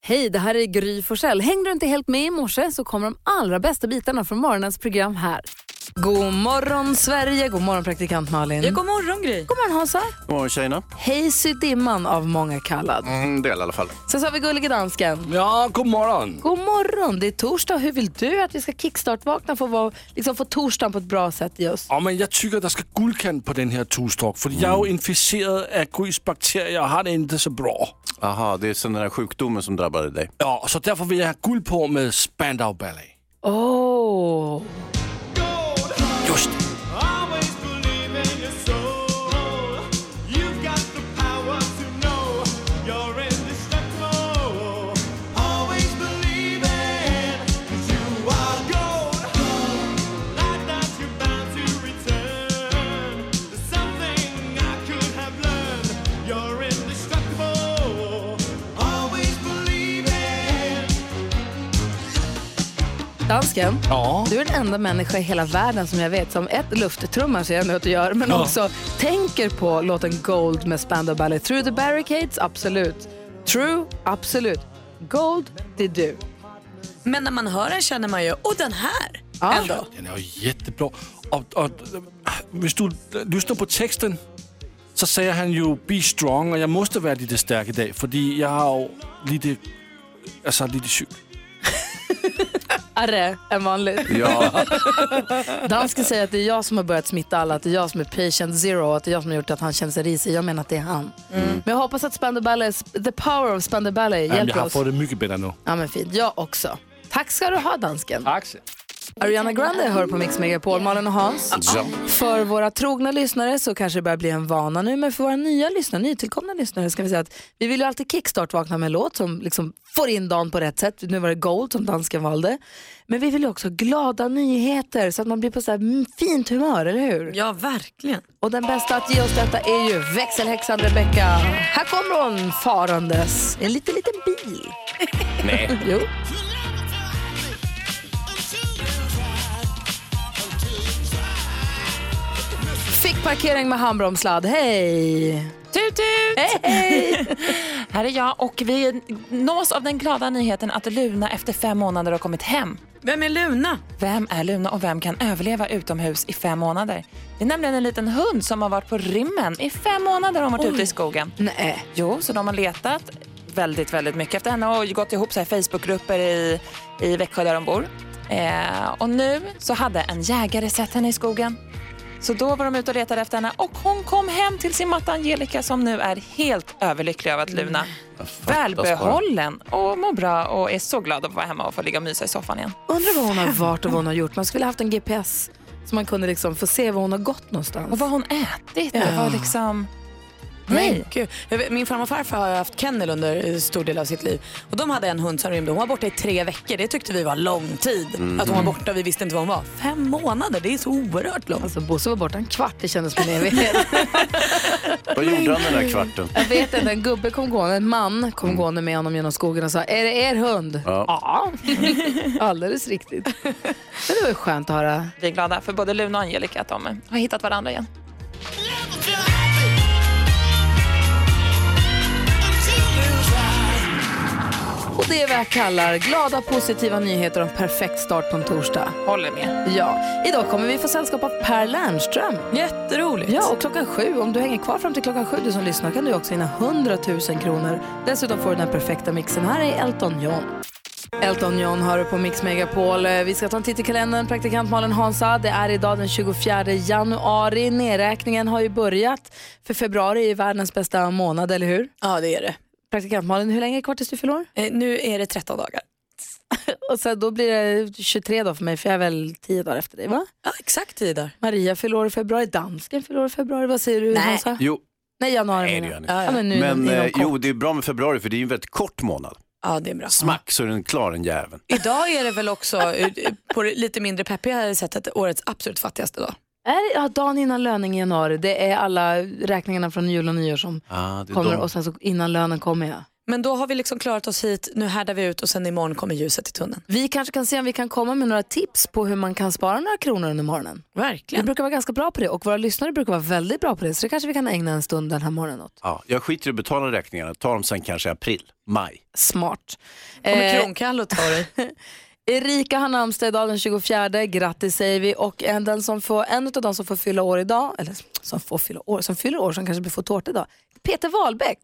Hej, det här är Gry Forssell. Hängde du inte helt med i morse så kommer de allra bästa bitarna från morgonens program här. God morgon Sverige, god morgon praktikant Malin. Ja, god morgon Gry. God morgon Hansa. God morgon tjejerna. Hej Sydimman av många kallad. Mm, del i alla fall. Sen så har vi gullige dansken. Ja, god morgon. God morgon, det är torsdag. Hur vill du att vi ska kickstart-vakna för att vara, liksom få torsdagen på ett bra sätt i oss? Ja, men jag tycker der ska guldkant på den här torsdag, för jag är ju infekterad av Grys bakterier och har det inte så bra. Aha, det är sen den här sjukdomen som drabbade dig. Ja, så därför vill jag ha guld på med Spandau Ballet. Åh, oh. Just det. Dansken, Ja. du är den enda människa i hela världen som jag vet som ett lufttrumman ser jag nu att du gör, men Ja. också tänker på låten Gold med Spandau Ballet. Through the barricades, absolut. True, absolut. Gold, det är du. Men när man hör den känner man ju, och den här Ja. ändå. Den är ju jättebra. Och, och, om du lyssnar på texten så säger han ju be strong och jag måste vara lite stark idag för jag har ju lite, alltså lite sjuk. Arre än vanligt. Ja, Dansken säger att det är jag som har börjat smitta alla, att det är jag som är patient zero och att det är jag som har gjort att han känner sig risig. Jag menar att det är han. Mm. Men jag hoppas att Spandau Ballet, the power of Spandau Ballet hjälper jag oss. får det mycket bättre nu. Ja men fint, jag också. Tack ska du ha dansken. Axel. Ariana Grande hör på Mix Megapol, Malin och Hans. ja. För våra trogna lyssnare så kanske det börjar bli en vana nu, men för våra nya lyssnare, nytillkomna lyssnare ska vi säga att vi vill ju alltid kickstart-vakna med en låt som liksom får in dagen på rätt sätt. Nu var det Gold som dansken valde. Men vi vill ju också ha glada nyheter så att man blir på så här mm, fint humör, eller hur? Ja, verkligen. Och den bästa att ge oss detta är ju växelhäxan Rebecca. Här kommer hon farandes i en liten, liten bil. Nej. Jo. Fick parkering med handbromsladd. Hej! Tut tut! Hej! Här är jag och vi nås av den glada nyheten att Luna efter fem månader har kommit hem. Vem är Luna? Vem är Luna och vem kan överleva utomhus i fem månader? Det är nämligen en liten hund som har varit på rymmen i fem månader har hon varit ute i skogen. Nej. Jo, så de har letat väldigt, väldigt mycket efter henne och gått ihop så här Facebookgrupper i, i Växjö där de bor. Eh, och nu så hade en jägare sett henne i skogen. Så då var de ute och letade efter henne och hon kom hem till sin matta Angelica som nu är helt överlycklig över att Luna välbehållen och mår bra och är så glad att vara hemma och få ligga och mysa i soffan igen. Undrar vad hon har varit och vad hon har gjort. Man skulle haft en GPS så man kunde liksom få se var hon har gått någonstans. Och vad hon ätit och vad liksom... Men Nej. gud, jag vet, min farmor och farfar har ju haft kennel under eh, stor del av sitt liv. Och de hade en hund som rymde. Hon var borta i tre veckor. Det tyckte vi var lång tid. Mm. Att hon var borta och vi visste inte var hon var. Fem månader, det är så oerhört långt. Alltså Bosse var borta en kvart, det kändes som en evighet. Vad gjorde han den där kvarten? Jag vet inte, en gubbe kom gående, en man kom gående med honom genom skogen och sa, är det er hund? Ja. Alldeles riktigt. Men det var ju skönt att höra. Vi är glada för både Luna och Angelica att de eh, har hittat varandra igen. Och det är vad jag kallar glada positiva nyheter och en perfekt start på en torsdag. Håller med. Ja, idag kommer vi få sällskap av Per Lernström. Jätteroligt. Ja, och klockan sju, om du hänger kvar fram till klockan sju du som lyssnar kan du också vinna 100 000 kronor. Dessutom får du den perfekta mixen. Här är Elton John. Elton John hör du på Mix Megapol. Eh, Vi ska ta en titt i kalendern. Praktikant Malin Hansa, det är idag den 24 januari. Nedräkningen har ju börjat. För februari är ju världens bästa månad, eller hur? ja det är det. Praktikant Malin, hur länge är det kvar tills du fyller år? Eh, Nu är det 13 dagar. Och sen, då blir det 23 dagar för mig, för jag är väl 10 dagar efter dig va? Ja, exakt tio dagar. Maria fyller år i februari, dansken fyller år i februari, vad säger du Nej. Hansa? Jo, Nej, januari Nej, det menar gör ni. jag. Ja, Alltså. Ja, ja. men nu men inom eh, kort. jo, det är bra med februari för det är ju en väldigt kort månad. ja, det är bra. Smack så är den klar den jäveln. Idag är det väl också, eh, på det lite mindre peppiga sättet, årets absolut fattigaste dag. Är, ja, dagen innan löning i januari, det är alla räkningarna från jul och nyår som Ah, det kommer och sen så innan lönen kommer jag. Men då har vi liksom klarat oss hit, nu härdar vi ut och sen imorgon kommer ljuset i tunneln. Vi kanske kan se om vi kan komma med några tips på hur man kan spara några kronor under morgonen. Vi Verkligen. brukar vara ganska bra på det och våra lyssnare brukar vara väldigt bra på det så det kanske vi kan ägna en stund den här morgonen åt. Ja, jag skiter i att betala räkningarna, tar dem sen kanske i april, maj. Smart. Kommer Eh, Kronkall och tar dig. Erika har namnsdag idag den 24, grattis säger vi. Och en, den som får, en av de som får fylla år idag, eller som får fylla år, som fyller år som kanske får tårta idag, Peter Wahlbeck.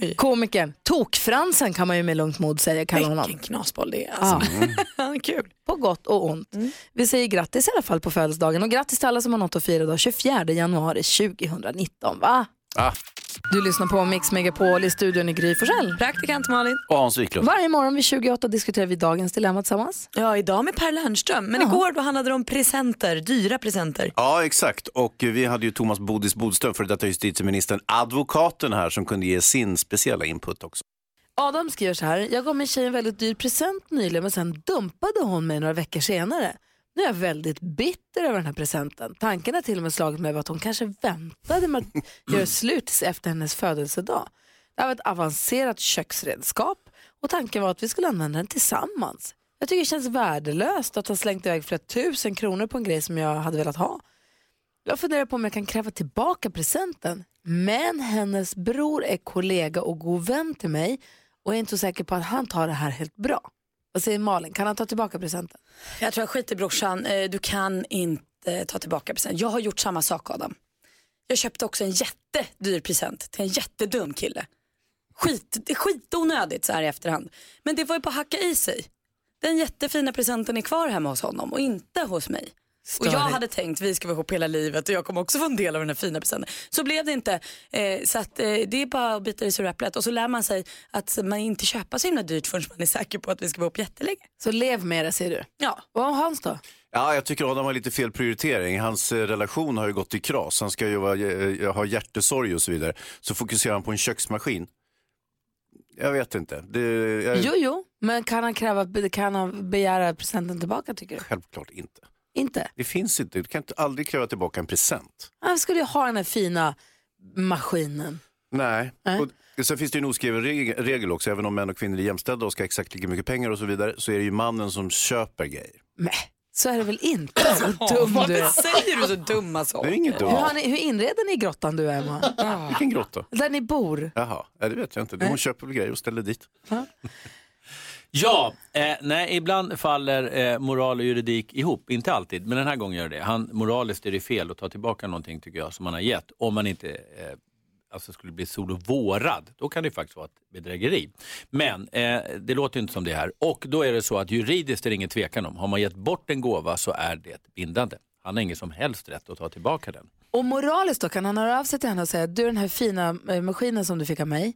Oj, Komikern, Tokfransen kan man ju med lugnt mod säga kallar vilken honom. knasboll det är alltså. Kul. Mm. På gott och ont. Vi säger grattis i alla fall på födelsedagen och grattis till alla som har något att fira idag 24 januari 2019. Va? Ah, Du lyssnar på Mix Megapol i studion i Gry Forssell. Praktikant Malin. och Hans Wiklund. Varje morgon vid 28 diskuterar vi dagens dilemma tillsammans. Ja, idag med Per Lernström. Men igår då handlade det om presenter, dyra presenter. Ja, exakt. Och eh, vi hade ju Thomas Bodis Bodström, för detta justitieministern, advokaten här som kunde ge sin speciella input också. Adam skriver så här. Jag gav min tjej en väldigt dyr present nyligen men sen dumpade hon mig några veckor senare. Nu är jag väldigt bitter över den här presenten. Tanken har till och med slagit mig över att hon kanske väntade med att göra slut tills efter hennes födelsedag. Det här var ett avancerat köksredskap och tanken var att vi skulle använda den tillsammans. Jag tycker det känns värdelöst att ha slängt iväg flera tusen kronor på en grej som jag hade velat ha. Jag funderar på om jag kan kräva tillbaka presenten. Men hennes bror är kollega och god vän till mig och är inte så säker på att han tar det här helt bra. Vad säger Malin, kan han ta tillbaka presenten? Jag tror jag skiter i brorsan. Eh, Du kan inte ta tillbaka present. Jag har gjort samma sak Adam. Jag köpte också en jättedyr present till en jättedum kille. Skit, det är skitonödigt så här i efterhand. Men det var ju bara att hacka i sig. Den jättefina presenten är kvar hemma hos honom och inte hos mig. Och jag Störigt. hade tänkt vi ska vara ihop hela livet och jag kommer också få en del av den här fina presenten. Så blev det inte. Eh, så att, eh, det är bara att bita i sura äpplet och så lär man sig att man inte köper så himla dyrt förrän man är säker på att vi ska vara ihop jättelänge. Så lev med det, säger du. Ja. Och om Hans då? Ja, jag tycker Adam har lite fel prioritering. Hans eh, relation har ju gått i kras. Han ska ju vara, eh, ha hjärtesorg och så vidare. Så fokuserar han på en köksmaskin. Jag vet inte. Det, jag, Jo, jo, men kan han, kräva, kan han begära presenten tillbaka tycker du? Självklart inte. Inte? Det finns inte. Du kan inte aldrig kräva tillbaka en present. Han skulle ju ha den här fina maskinen. Nej. Nej. Och sen finns det ju en oskriven reg- regel också, även om män och kvinnor är jämställda och ska ha exakt lika mycket pengar och så vidare, så är det ju mannen som köper grejer. Nej, så är det väl inte? Vad dum du är. säger du så dumma saker? Det är inget dumt. Hur, har ni, hur inreder ni grottan du, Emma? Vilken grotta. Där ni bor? Jaha, ja, det vet jag inte. Hon köper väl grejer och ställer dit. Ja, eh, nej, ibland faller eh, moral och juridik ihop. Inte alltid, men den här gången gör det Han, Moraliskt är det fel att ta tillbaka någonting tycker jag som man har gett. Om man inte eh, alltså skulle bli sol och vårad, då kan det ju faktiskt vara ett bedrägeri. Men eh, det låter ju inte som det här. Och då är det så att juridiskt är det ingen tvekan om. Har man gett bort en gåva så är det bindande. Han har ingen som helst rätt att ta tillbaka den. Och moraliskt då, kan han höra av sig till henne och säga, du den här fina eh, maskinen som du fick av mig,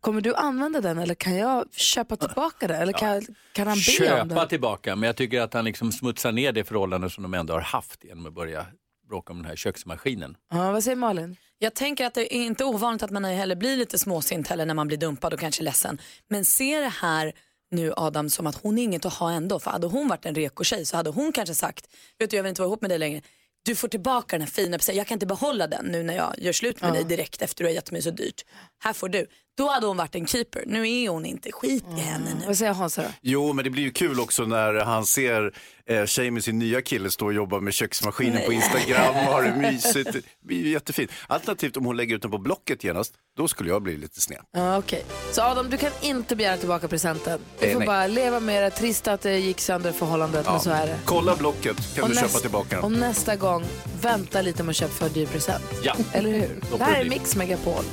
kommer du använda den eller kan jag köpa tillbaka den? Eller kan, kan han be om Köpa den? tillbaka, men jag tycker att han liksom smutsar ner det förhållande som de ändå har haft genom att börja bråka om den här köksmaskinen. Ja, vad säger Malin? Jag tänker att det är inte ovanligt att man heller blir lite småsint heller när man blir dumpad och kanske ledsen. Men se det här nu Adam som att hon är inget att ha ändå. För hade hon varit en reko tjej så hade hon kanske sagt, vet du jag vill inte vara ihop med dig längre. Du får tillbaka den här fina presenten, jag kan inte behålla den nu när jag gör slut med dig direkt efter du har gett mig så dyrt. Här får du. Då hade hon varit en keeper, nu är hon inte, skit i henne nu. Mm. Vad säger Hans då? Jo, men det blir ju kul också när han ser eh, tjejen med sin nya kille stå och jobba med köksmaskinen på Instagram och har det mysigt. Det blir ju jättefint. Alternativt om hon lägger ut den på Blocket genast, då skulle jag bli lite sned. Ja, okej. Så Adam, du kan inte begära tillbaka presenten. Du Eh, får nej. bara leva med det. Trist att det gick sönder förhållandet, men så är det. Kolla Blocket, kan du näst- köpa tillbaka och den. nästa gång, vänta lite med att köpa för dyr present. Ja. Eller hur? Då Det får här det är bli. Mix Megapol.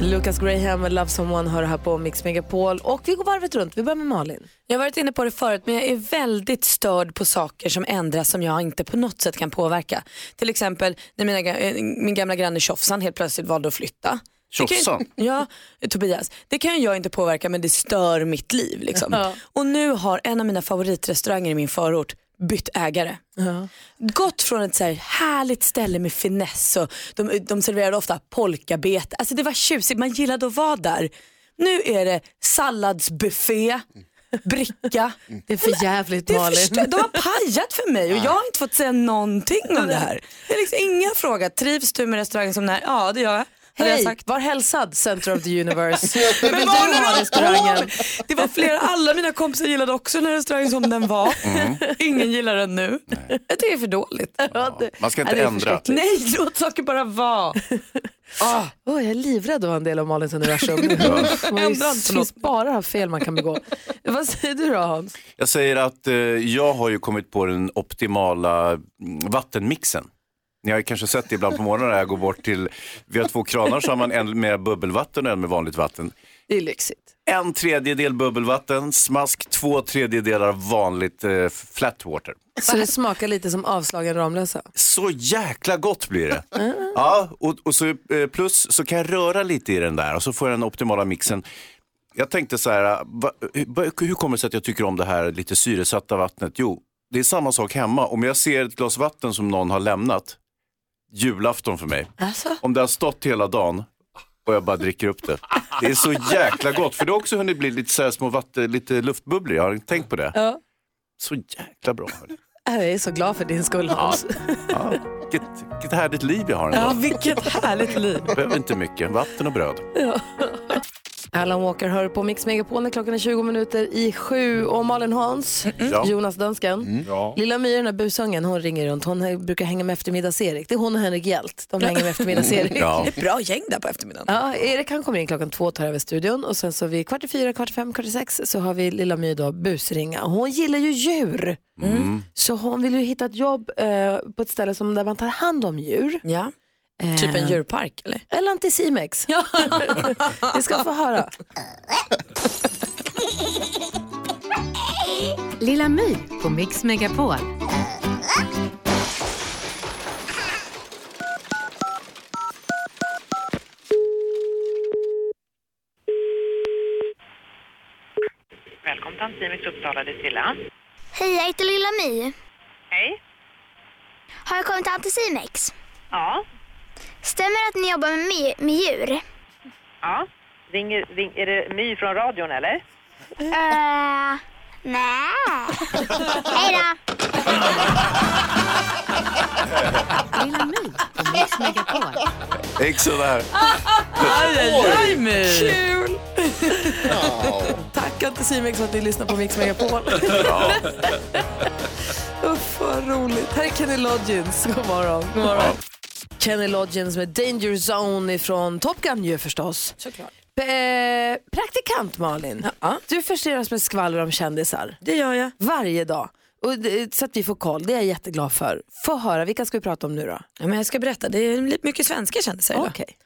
Lucas Graham med Love Someone hör här på Mix Megapol. Och vi går varvet runt. Vi börjar med Malin. Jag har varit inne på det förut men jag är väldigt störd på saker som ändras som jag inte på något sätt kan påverka. Till exempel när mina, ga- eh, min gamla granne Tjofsan helt plötsligt valde att flytta. Det kan ju- Tjofsan? Ja, Tobias. Det kan ju jag inte påverka men det stör mitt liv. Liksom. Och nu har en av mina favoritrestauranger i min förort bytt ägare. Gått från ett så här härligt ställe med finess och de, de serverade ofta polkabete. Alltså det var tjusigt, man gillade att vara där. Nu är det salladsbuffé, bricka. Det är för jävligt Det är Malin. förstö- de har pajat för mig och jag har inte fått säga någonting om det här. Det är liksom ingen fråga, trivs du med restaurangen som den här? Ja det gör jag. hade jag Hej, sagt. var hälsad center of the universe. Hur vill du ha restaurangen? Det var flera, alla mina kompisar gillade också den här restaurangen som den var. Mm. Ingen gillar den nu. Jag tycker det är för dåligt. Ja, det- Man ska ja, inte det är ändra. förskräckligt. Nej, låt saker bara vara. Åh, jag är livrädd att vara en del av Malins universum. Man är ju- Ändra inte det finns bara här fel man kan begå. Vad säger du då Hans? Jag säger att eh, jag har ju kommit på den optimala mm, vattenmixen. Ni har ju kanske sett det ibland på morgonen när jag går bort till, vi har två kranar så har man en med bubbelvatten och en med vanligt vatten. Det är lyxigt. En tredjedel bubbelvatten, smask, två tredjedelar vanligt eh, flatwater. Så det smakar lite som avslagen Ramlösa. Så jäkla gott blir det. Ja, och, och så, eh, plus så kan jag röra lite i den där och så får jag den optimala mixen. Jag tänkte så här, eh, va, hur- hur kommer det sig att jag tycker om det här lite syresatta vattnet? Jo, det är samma sak hemma. Om jag ser ett glas vatten som någon har lämnat, julafton för mig. Om det har stått hela dagen och jag bara dricker upp det. Det är så jäkla gott, för det har också hunnit bli lite så här små vatten, lite luftbubblor. Jag har tänkt på det. Ja. Äh, Så jäkla bra. hörni. Jag är så glad för din skull Hans. Ja, vilket, vilket härligt liv jag har ändå. Ja, vilket härligt liv. Behöver inte mycket, vatten och bröd. Alan Walker hör på Mix Megapol när klockan är 20 minuter i sju. Och Malin Hans, Ja. Jonas Dansken. Lilla My, den här busungen, hon ringer runt. Hon här brukar hänga med eftermiddags-Erik. Det är hon och Henrik Hjält. De hänger med eftermiddags-Erik. ja. Ja. Det är bra gäng där på eftermiddagen. Erik han kommer in klockan två och tar över studion. Och sen så vid kvart i fyra, kvart i fem, kvart i sex så har vi Lilla My då busringa. Och Hon gillar ju djur. Mm. Mm. Så hon vill ju hitta ett jobb eh, på ett ställe som där man tar hand om djur. Ja, Eh, typ en djurpark eller? Eller Anticimex. Vi ska få höra. Lilla My på Mix Megapol. Välkommen till Antimics Uppsala, det är Silla. Hej, jag heter Lilla My. Hej. Har jag kommit till Anticimex? Ja. Stämmer att ni jobbar med, my- med djur? Ja. Ringer, ring, är det My från radion eller? Mm. Eh, nej. Hej då. Lilla My på Mix Megapol. Gick sådär. Kul! Tack Anticimex för att ni lyssnar på Mix Megapol. Uff, vad roligt. Här är Kenny Loggins. God morgon. God morgon. Kenny Loggins med Danger Zone ifrån Top Gun ju förstås. Såklart. Eh, praktikant Malin, Ja. du förser oss med skvaller om kändisar Det gör jag. varje dag. Och, det- så att vi får koll, det är jag jätteglad för. Få höra, vilka ska vi prata om nu då? Ja, men jag ska berätta, det är lite mycket svenska kändisar idag. Okej.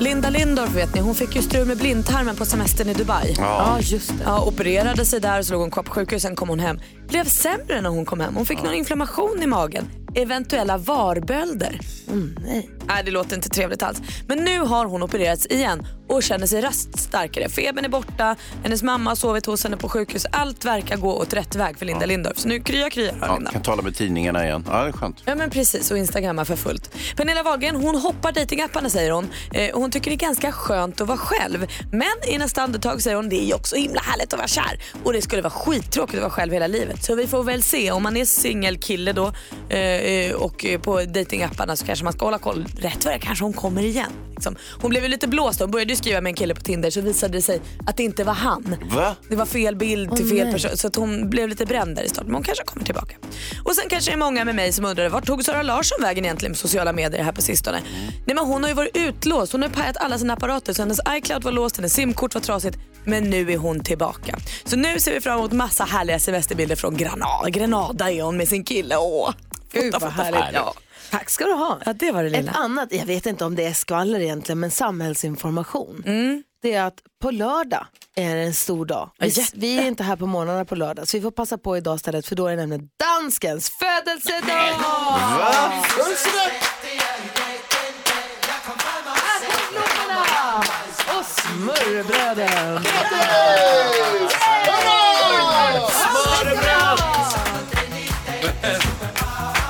Linda Lindorff vet ni, hon fick ju strul med blindtarmen på semestern i Dubai. Ja, just det. Ja, opererade sig där, så låg hon kvar på sjukhus, sen kom hon hem. Blev sämre när hon kom hem. Hon fick någon inflammation i magen. Eventuella varbölder. Mm. Nej. Nej, det låter inte trevligt alls. Men nu har hon opererats igen och känner sig raststarkare. Febern är borta, hennes mamma har sovit hos henne på sjukhus. Allt verkar gå åt rätt väg för Linda Lindorff. Så nu kryar kryar Ja, Linda. kan tala med tidningarna igen. Ja, det är skönt. Ja men precis och instagrammar för fullt. Pernilla Wahlgren hon hoppar dejtingapparna säger hon. Eh, och hon tycker det är ganska skönt att vara själv. Men i nästa andetag säger hon det är ju också himla härligt att vara kär. Och det skulle vara skittråkigt att vara själv hela livet. Så vi får väl se om man är singelkille då eh, eh, och eh, på dejtingapparna så kanske man ska hålla koll. Rätt vad det är kanske hon kommer igen. Liksom. Hon blev ju lite blåst då. hon började ju skriva med en kille på Tinder så visade det sig att det inte var han. Va? Det var fel bild till fel person så att hon blev lite bränd där i starten. Men hon kanske kommer tillbaka. Och sen kanske det är många med mig som undrar vart tog Sara Larsson vägen egentligen med sociala medier här på sistone? Nej men hon har ju varit utlåst. Hon har ju pajat alla sina apparater så hennes iCloud var låst, hennes simkort var trasigt. Men nu är hon tillbaka. Så nu ser vi fram emot massa härliga semesterbilder från Granada. Granada är hon med sin kille. Åh! Gud, vad härligt. Ja. Tack ska du ha. ja, det var det lilla. Ett annat, jag vet inte om det är skvaller egentligen, men samhällsinformation. Mm. Det är att på lördag är det en stor dag. Vi, jätte. vi är inte här på morgnarna på lördag, så vi får passa på idag istället, för då är det nämligen danskens födelsedag! Va? Och smörrebröden!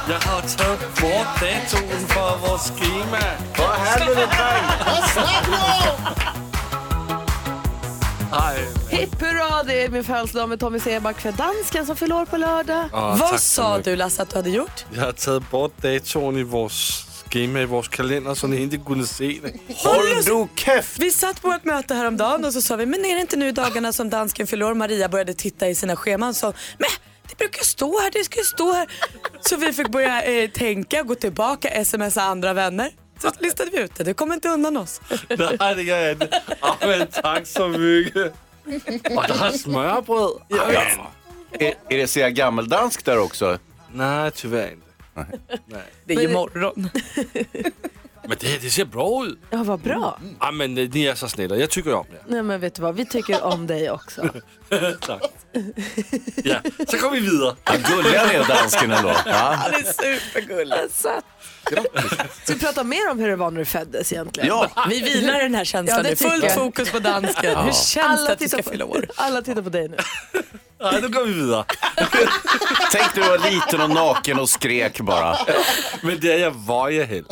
Jeg har taget bort datoen fra vores schema. Hvor helvede, dreng! Ej, Hipp hurra, det är min födelsedag med Tommy Seback för dansken som fyller år på lördag. åh, Vad tak så sa mycket. du Lasse att du hade gjort? Jeg har taget bort datoen i vores schema i vores kalender, så ni inte kunde se det. Håll du käft! Vi satt på ett möte häromdagen och så sa vi, men är det inte nu i dagarna som dansken fyller år? Maria började titta i sina scheman och sa, men det brukar stå här, det ska ju stå här. Så vi fick börja eh, tänka, gå tillbaka, smsa andra vänner. Så listade vi ut det, det kommer inte undan oss. Nej, det kan jag inte. Ah, men tack så mycket. Och der er smørbrød. Ja. Är, är det så här gammeldansk där också? Nej, tyvärr inte. Det är ju morgon. Men det, her, det ser bra ut. Ja, vad bra. Ah, men eh, ni är så snälla. Jag tycker om det. Nej, men vet du vad? Vi tycker om dig också. tack. Ja, så går vi vidare. Vad gulliga ni är dansken ändå. Ja. Det är supergulligt. Så. Ska vi prata mer om hur det var när du föddes egentligen? ja, Vi vilar i den här känslan Ja, det nu. tycker Fullt jag. fokus på dansken. Hur känns det att du ska fylla år? alla tittar på dig nu. Nej, nu går vi vidare. tänk du var liten och naken och skrek bara. Men det är jag varje helg.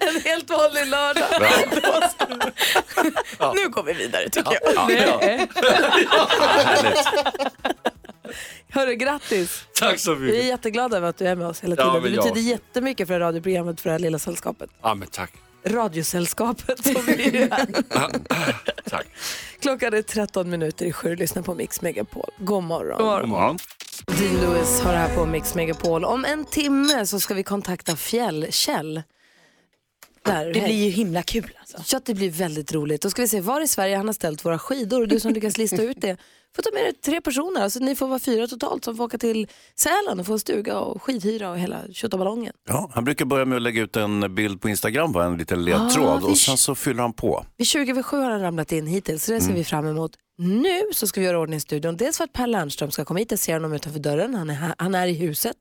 En helt vanlig lördag. Bra. Nu går vi vidare tycker jag. Hörru, grattis. Tack så Vi är mycket. jätteglada över att du är med oss hela Ja, tiden. det men jag betyder också. jättemycket för det här radioprogrammet, för det här lilla sällskapet. Ah, men tack. Radiosällskapet som vi är. Tack. Klockan är 13 minuter i sju. Lyssna på Mix Megapol. God morgon. God God morgon. Dean Lewis har det här på Mix Megapol. Om en timme så ska vi kontakta Fjällkäll. Där, Det hej. blir ju himla kul alltså. Ja, det blir väldigt roligt. Då ska vi se var i Sverige han har ställt våra skidor. Och du som lyckas lista ut det får ta med er tre personer. Alltså, ni får vara fyra totalt som får åka till Sälen och få en stuga och skidhyra och hela tjottaballongen. Ja, han brukar börja med att lägga ut en bild på Instagram, va? en liten Ah, ledtråd vi- och sen så fyller han på. Vid 20 över sju har han ramlat in hittills, så det ser vi fram emot. Nu så ska vi göra ordning i studion. Dels för att Per Lernström ska komma hit, jag ser honom utanför dörren. Han är, här, han är i huset.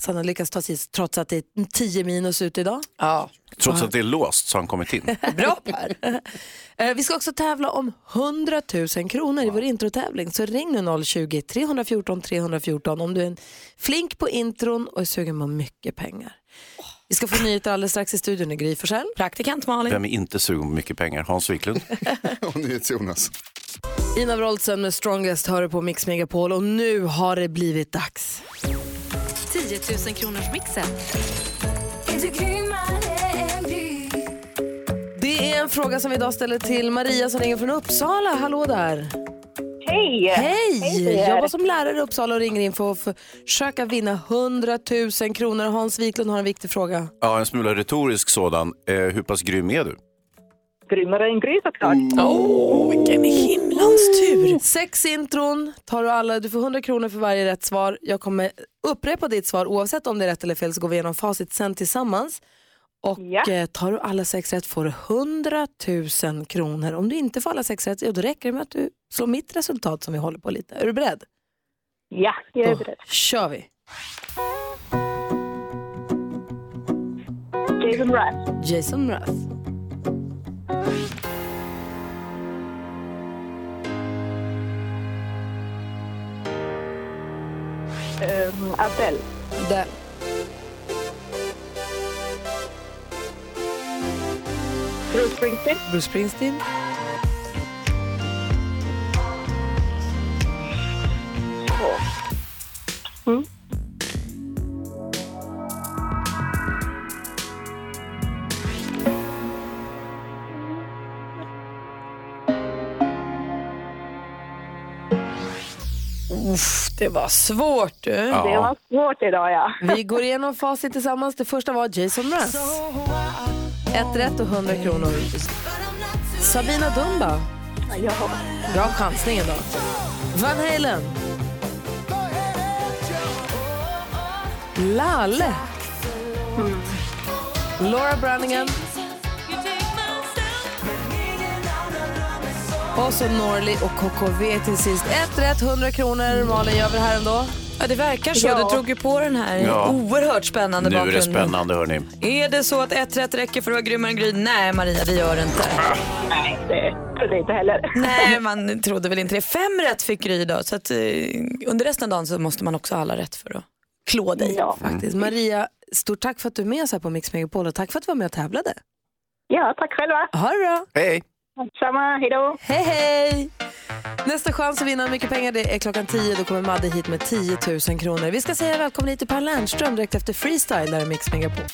Så han har lyckats ta sig trots att det är 10 minus ute idag. Ja. Trots att det är låst så har han kommit in. Bra Per! Eh, Vi ska också tävla om 100 000 kronor i vår introtävling. Så ring nu 020-314 314 om du är en flink på intron och är sugen på mycket pengar. Vi ska få nyheter alldeles strax i studion i Gry Forssell. Praktikant Malin. Vem är inte sugen på mycket pengar? Hans Wiklund. Och NyhetsJonas. Ina Wroldsen med Strongest hör du på Mix Megapol och nu har det blivit dags. 10 000 kronors mixen. Det är en fråga som vi idag ställer till Maria som ringer från Uppsala. Hallå där! Hej! Hej! Jobbar som lärare i Uppsala och ringer in för att försöka vinna 100 000 kronor. Hans Wiklund har en viktig fråga. Ja, en smula retorisk sådan. Eh, hur pass grym är du? Grymmare än Gry såklart. Vilken himlans tur. Sex intron tar du alla. Du får 100 kronor för varje rätt svar. Jag kommer upprepa ditt svar oavsett om det är rätt eller fel så går vi igenom facit sen tillsammans. Och Ja. eh, tar du alla sex rätt får du 100 000 kronor. Om du inte får alla sex rätt, ja, då räcker det med att du slår mitt resultat som vi håller på lite. Är du beredd? Ja, jag är Då beredd. kör vi. Jason Mraz. Jason Mraz. Um, Adele. Där. Bruce Springsteen. Bruce Springsteen. Mm. Uff, det var svårt du. Mm, Det var svårt idag ja. Vi går igenom facit tillsammans. Det första var Jason Mraz. Ett rätt och 100 kronor. Sabina Dumba. ja. Bra chansning ändå. Van Halen. Lalle. Mm. Laura Branningen. Och så Norli och KKV till sist. Ett rätt, 100 kronor. Malin, gör vi det här ändå? Ja, det verkar så. Du drog ju på den här Ja. oerhört spännande Nu är det bakgrunden. spännande hörni. Är det så att ett rätt räcker för att vara grymmare än Gry? Nej Maria, det gör det inte. Nej, det trodde jag inte heller. Nej, man trodde väl inte det. Fem rätt fick Gry idag. Så att, eh, under resten av dagen så måste man också ha alla rätt för att klå dig. Mm. Ja, Faktiskt. Maria, stort tack för att du är med oss här på Mix Megapol och tack för att du var med och tävlade. ja tack själva. Ha det bra! Hej! Samma, hejdå. Hej hej! Nästa chans att vinna mycket pengar det är klockan 10. Då kommer Madde hit med 10 000 kronor. Vi ska säga välkommen hit till Per Lernström direkt efter Freestyle där i Mix Megapol.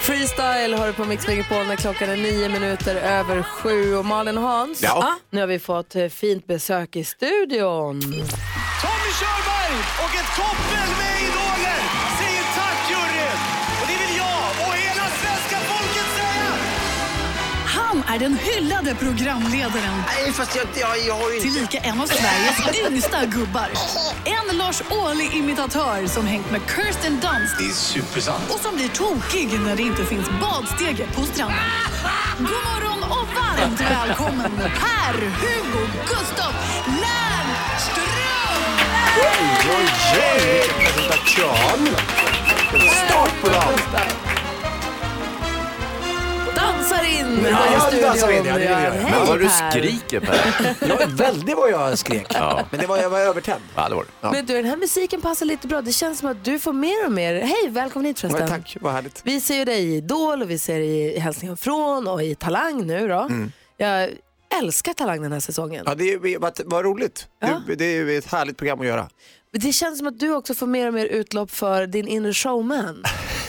Freestyle har du på Mix Megapol när klockan är nio minuter över sju. Och Malin och Hans, Ja. ah, nu har vi fått eh, fint besök i studion. Tommy Körberg och ett koppel med idoler säger tack juryn. Och det vill jag och hela svenska folket säga. Han är den hyllade programledaren. Nej, fast jag, har ju Tillika en av Sveriges yngsta gubbar. En Lars Ohly-imitatör som hängt med Kirsten Dunst Det är supersant. och som blir tokig när det inte finns badstege på stranden. God morgon och varmt välkommen Per-Hugo Gustaf Lernström! Oj, oj, oj, vilken presentation. Start på dagen. Dansar in Ja, här i jag studion. dansar in, ja, det vill jag göra. Hej, Men vad du Per. skriker, Per. Jag var väldigt vad jag skrek. Men det var, jag var övertänd. Ja, det var Men du, den här musiken passar lite bra. Det känns som att du får mer och mer. Hej, välkommen hit förresten. tack, vad härligt. Vi ser ju dig i Idol och vi ser dig i Hälsningen från och i Talang nu då. Mm. Jag älskar Talang den här säsongen. Ja, det är, vad, vad roligt. Det, det är ju ett härligt program att göra. Det känns som att du också får mer och mer utlopp för din inre showman.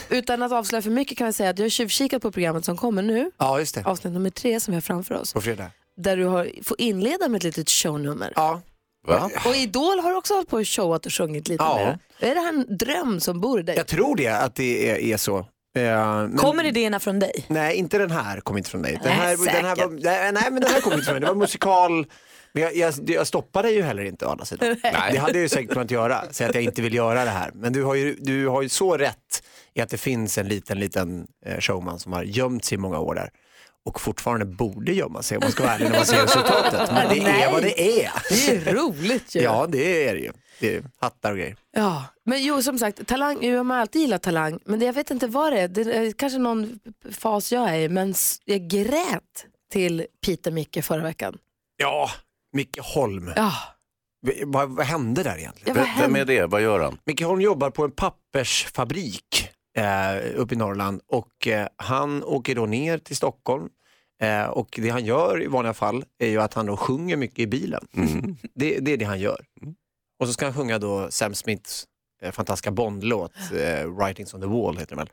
Utan att avslöja för mycket kan vi säga att jag har tjuvkikat på programmet som kommer nu. Ja, just det. Avsnitt nummer tre som vi har framför oss. På fredag. Där du har, får inleda med ett litet shownummer. Ja. Va? Och i Idol har du också hållit på och showat och sjungit lite Ja. mer. Är det här en dröm som bor i dig? Jag tror det, att det är, är så. Eh, men- Kommer idéerna från dig? Nej, inte den här kom inte från dig. Nej, Den här, den här, var, nej, nej, men den här kom inte från mig. Det var musikal. Men jag, jag, jag stoppade ju heller inte å andra sidan. Nej. Det hade jag ju säkert kunnat göra, säga att jag inte vill göra det här. Men du har ju, du har ju så rätt i att det finns en liten, liten eh, showman som har gömt sig i många år där och fortfarande borde gömma sig om man ska vara ärlig när man ser resultatet. Men det är vad det är. Det är ju roligt ju. Ja, det är det ju. Det är hattar och grejer. Ja, men jo som sagt, talang, jag har alltid gillat talang, men det, jag vet inte vad det är, det är eh, kanske någon fas jag är i, men s- jag grät till Peter Micke förra veckan. Ja, Micke Holm. Ja. V- Vad, vad hände där egentligen? Ja, vad Vem- vem är det? Vad gör han? Micke Holm jobbar på en pappersfabrik eh, uppe i Norrland och eh, han åker då ner till Stockholm eh, och det han gör i vanliga fall är ju att han då sjunger mycket i bilen. Mm. Det, det är det han gör. Och så ska han sjunga då Sam Smiths eh, fantastiska Bond-låt, eh, Writings on the wall heter den väl.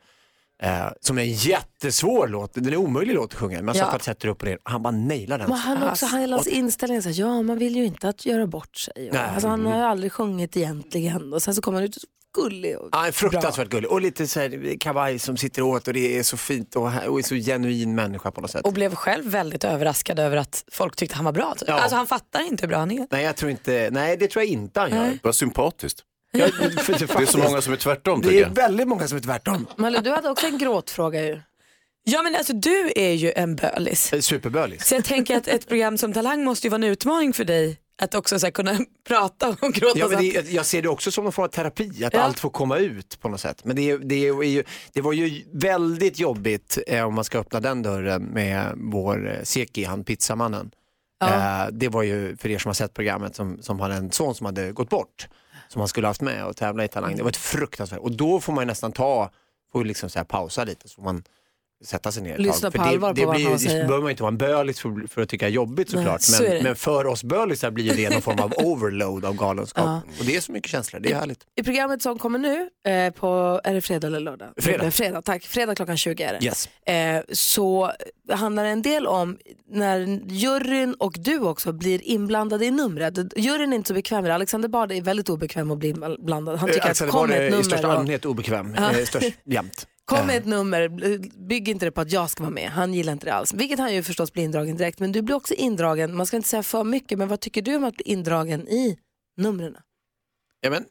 Eh, som är en jättesvår låt, den är omöjlig låt att sjunga. Man Ja. satt och sätter upp och ner. Han bara nailar den. Men han Alltså, också, han hela hans inställning är så här, ja man vill ju inte att göra bort sig. Och, Nej. alltså, han har ju aldrig sjungit egentligen och sen så kommer han ut och så gullig. Och, Ja, en fruktansvärt gullig och lite så här kavaj som sitter åt och det är så fint och, här- och är så genuin människa på något sätt. Och blev själv väldigt överraskad över att folk tyckte han var bra. Typ. Alltså han fattar inte hur bra han är. Nej, jag tror inte, nej det tror jag inte han gör. Vad sympatiskt. det är så många som är tvärtom Det tycker är jag. väldigt många som är tvärtom. Malou, du hade också en gråtfråga ju. Ja men alltså du är ju en bölis. Superbölis. Så jag tänker att ett program som Talang måste ju vara en utmaning för dig. Att också så här, kunna prata och gråta. Ja, men det, samtidigt. är- jag ser det också som någon form av terapi, att Ja. allt får komma ut på något sätt. Men det, är- det, är ju, det var ju väldigt jobbigt eh, om man ska öppna den dörren med vår eh, Seki, han pizzamannen. Eh, det var ju för er som har sett programmet som, som hade en son som hade gått bort, som han skulle haft med och tävla i Talang. Det var ett fruktansvärt, och då får man ju nästan ta, får ju liksom så här pausa lite så får man sätta sig ner ett tag. Lyssna på det, allvar på det vad blir, ju- han det säger. behöver man ju inte vara en bölis för, för att tycka är jobbigt Nej, såklart. så är det. men, men för oss bölisar blir ju det någon form av overload av galenskap. Ja. Och det är så mycket känslor, det är härligt. I programmet som kommer nu, eh, på, är det fredag eller lördag? Fredag. Eh, fredag tack. Fredag klockan 20 är det. Yes. Eh, så handlar det en del om när juryn och du också blir inblandade i numret. Juryn är inte så bekväm med det. Alexander Bard är väldigt obekväm att bli inblandad. Han tycker Alltså, att det kom var med ett det i nummer. största och- allmänhet obekväm, Ja. eh, störst jämt. Kom med ett nummer, bygg inte det på att jag ska vara med. Han gillar inte det alls. Vilket han ju förstås blir indragen direkt. Men du blir också indragen, man ska inte säga för mycket, men vad tycker du om att bli indragen i numren? Ja, men,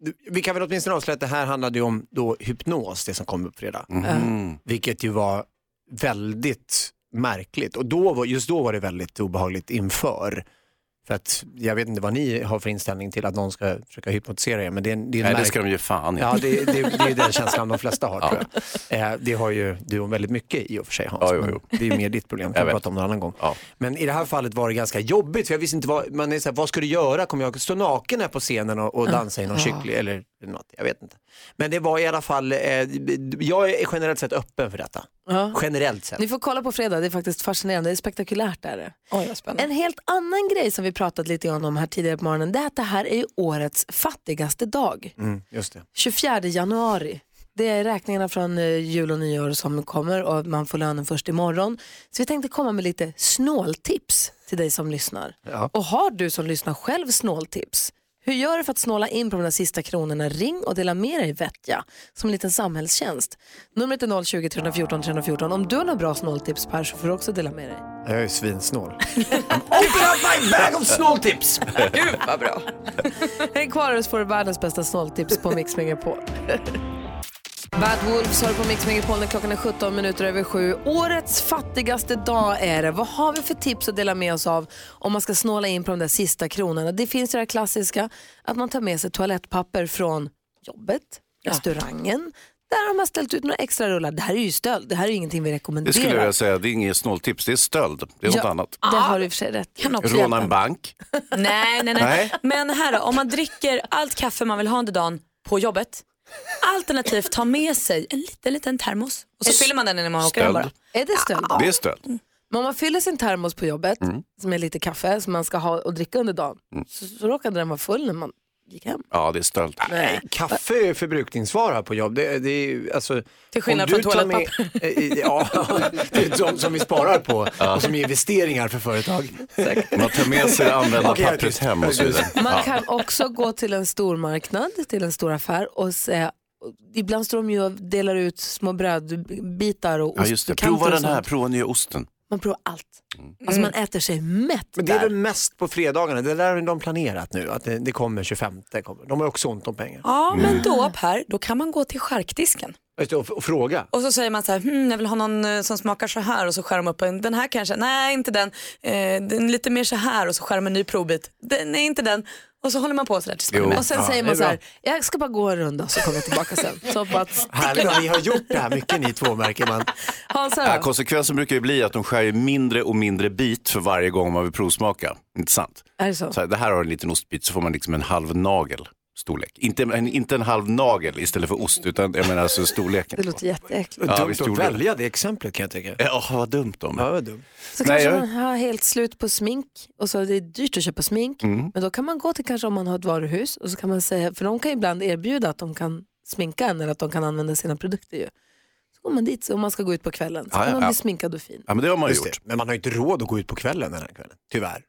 du- vi kan väl åtminstone avslöja att det här handlade ju om då hypnos, det som kom upp fredag. Mm-hmm. Eh, Mhm. Vilket ju var väldigt märkligt. Och då var, just då var det väldigt obehagligt inför. För att jag vet inte vad ni har för inställning till att någon ska försöka hypnotisera er. Men det är, en- det är en Nej, det märk- ska de ge fan i. Ja, det, det, det är ju den känslan de flesta har tror jag. Eh, Det har ju du om väldigt mycket i och för sig Hans. Ja, jo, men jo. Det är ju mer ditt problem, Jag kan vi vet. prata om någon annan gång. Men i det här fallet var det ganska jobbigt för jag visste inte vad, man är så här, vad ska du göra? Kommer jag stå naken här på scenen och, och dansa i någon Mm. Ja. kyckling eller eller något, jag vet inte. Men det var i alla fall, eh, jag är generellt sett öppen för detta. Ja. Generellt sett. Ni får kolla på fredag, det är faktiskt fascinerande, det är spektakulärt där. Oj, vad spännande. En helt annan grej som vi pratat lite grann om här tidigare på morgonen, det är att det här är ju årets fattigaste dag. Mm, just det. 24 januari. Det är räkningarna från eh, jul och nyår som kommer och man får lönen först imorgon. Så vi tänkte komma med lite snåltips till dig som lyssnar. Och har du som lyssnar själv snåltips, hur gör du för att snåla in på de där sista kronorna? Ring och dela med dig vettja som en liten samhällstjänst. Numret är 020 314 314. Om du har några bra snåltips Per så får du också dela med dig. Jag är svinsnål. Open up my bag of snåltips! Gud vad bra. Häng kvar och så får du världens bästa snåltips på Mix Megapol. Bad Wolves hör på Mix Megapol när klockan är 17 minuter över sju. Årets fattigaste dag är det. Vad har vi för tips att dela med oss av om man ska snåla in på de där sista kronorna? Det finns ju det här klassiska att man tar med sig toalettpapper från jobbet, restaurangen. Där har man ställt ut några extra rullar. Det här är ju stöld, det här är ju ingenting vi Det skulle rekommenderar. jag säga, det är inget snåltips, det är stöld. Det är något Ja, annat. Det har du i och för sig rätt i. Råna en bank. Nej, nej, nej. Nej. Men här då, om man dricker allt kaffe man vill ha under dagen på jobbet, alternativt ta med sig en liten, liten termos och så fyller man den när man åker hem bara. Är det stöld? Det är stöld. Men om man fyller sin termos på jobbet Mm. som är lite kaffe som man ska ha och dricka under dagen så, så råkade den vara full när man gick hem. Ja, det är stöld. Nej. Eh, Kaffe är förbrukningsvara på jobb. Det, det är, ju, alltså, Till skillnad om du från tar med- toalettpapper. eh, i- Ja, det är de som vi sparar på och som är investeringar för företag. Man tar med sig det använda Okej, jag är pappret tyst. hem och så vidare. Man Ja. kan också gå till en stor marknad, till en stor affär och säga och Ibland står de ju och delar ut små brödbitar och Ja, just det. ostkanter Prova och den här, Mm. sånt. prova nya osten. Man provar allt. Alltså man äter sig mätt Men det är väl mest på fredagarna, det där har de planerat nu, att det, det kommer 25. Kommer. De har också ont om pengar. Ja, Mm. men då Mm. Per, då kan man gå till charkdisken. Just det, Och, och fråga. Och så säger man så här, hm, jag vill ha någon eh, som smakar så här och så skär de upp en, den här kanske, nej inte den, eh, den är lite mer så här och så skär de en ny provbit, den, nej inte den. Och så håller man på sådär tills man är Jo. mätt. Och sen Ja, säger det är man så här, bra. jag ska bara gå en runda så kommer jag tillbaka sen. Så bara Härligt vad ni har gjort det här mycket ni två märker man. Hans Ja, här då? konsekvensen brukar ju bli att de skär ju mindre och mindre bit för varje gång man vill provsmaka. Inte sant? Är det så? här, det här har en liten ostbit så får man liksom en halv nagel storlek. Inte en, inte en halv nagel istället för ost utan jag menar alltså storleken. Det låter jätteäckligt. Ja, dumt visst att gjorde det. välja det exemplet kan jag tycka. Ja, vad dumt de Ja, vad dumt. Så Nej, kanske jag- man har helt slut på smink och så är det dyrt att köpa smink. Mm. Men då kan man gå till kanske om man har ett varuhus och så kan man säga, för de kan ju ibland erbjuda att de kan sminka en eller att de kan använda sina produkter ju. Så går man dit så om man ska gå ut på kvällen så Ja, kan ja, man ja. bli sminkad och fin. Ja, men det har man Just gjort. Det. Men man har ju inte råd att gå ut på kvällen den här kvällen, tyvärr.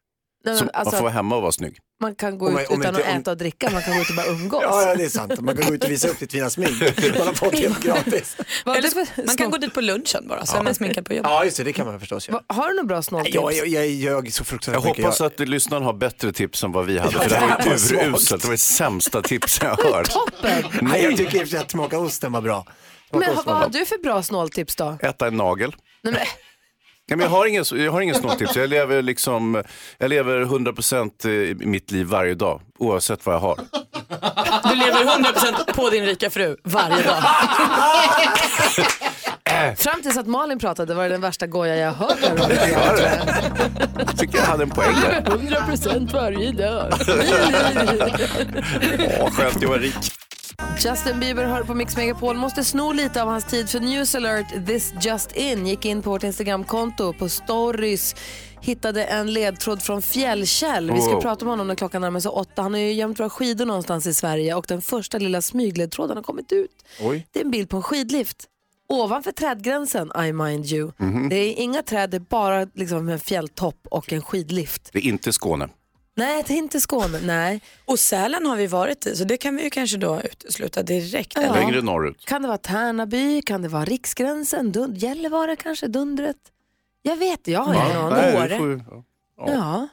Nej, men, alltså, vara hemma och vara snygg. man kan gå Om ut man- om utan inte- att om- äta och dricka, man kan gå ut och bara umgås. Ja, ja, det är sant. Man kan gå ut och visa upp sitt fina smink. Man har fått helt gratis. Eller, man kan gå dit på lunchen bara, så är man sminkad på jobbet. Ja, just det, det kan man förstås göra. Har du något bra snåltips? Jag, jag, jag ljög så fruktansvärt Jag mycket. hoppas att lyssnaren har bättre tips än vad vi hade, för det Ja, här var det var ju uruselt. Det var det sämsta tipsen jag har hört. Toppen! Nej, jag tycker i och för sig att smaka osten var bra. Men ha- vad har du för bra snåltips då? Äta en nagel. Nej, men, Nej, men jag har ingen, jag har ingen snåltips. Jag lever, liksom, jag lever 100% i mitt liv varje dag, oavsett vad jag har. Du lever 100% på din rika fru varje dag. Äh. Äh! Fram tills att Malin pratade var det den värsta goja jag hört. här. Jag tycker jag hade en poäng där. 100% varje dag. Åh, skönt jag var rik. Justin Bieber hör på Mix Megapol. Måste sno lite av hans tid för News Alert This Just In gick in på vårt Instagramkonto på stories. Hittade en ledtråd från Fjällkäll. Vi ska Wow. prata om honom när klockan närmar sig åtta. Han har ju gömt några skidor någonstans i Sverige och den första lilla smygledtråden har kommit ut. Oj. Det är en bild på en skidlift. Ovanför trädgränsen, I mind you. Mhm. Det är inga träd, det är bara liksom en fjälltopp och en skidlift. Det är inte Skåne. Nej, det är inte Skåne. Nej. Och Sälen har vi varit i, så det kan vi ju kanske då utesluta direkt. eller? Längre norrut. Kan det vara Tärnaby? Kan det vara Riksgränsen? Dund Gällivare kanske? Dundret? Jag vet, jag har ingen aning. nej, Åre. Ja.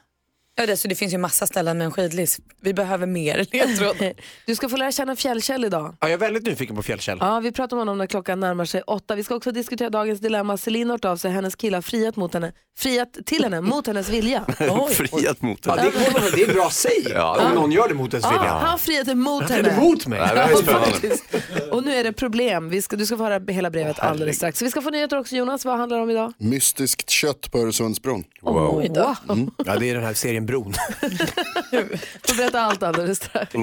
Ja, det, så det finns ju massa ställen med en skidlift. Vi behöver mer ledtråd. Du ska få lära känna Fjällkäll idag. Ja, jag är väldigt nyfiken på Fjällkäll. Ja, vi pratar om honom när klockan närmar sig åtta. Vi ska också diskutera dagens dilemma. Celine har hört av sig. Hennes kille har friat, mot henne, friat till henne mot hennes vilja. Friat mot Ja, det, är, det är bra sig Ja. om någon gör det mot ens Ah, Ja, vilja. han friade mot Han friade henne. mot mig. Nej, det här är Ja, spännande. faktiskt. Och nu är det problem. Vi ska, du ska få höra hela brevet alldeles strax. Vi ska få nyheter också. Jonas, vad handlar det om idag? Mystiskt kött på Öresundsbron. Wow. Oj då. Mm. Ja, det är den här serien Käringbron. får berätta allt alldeles strax.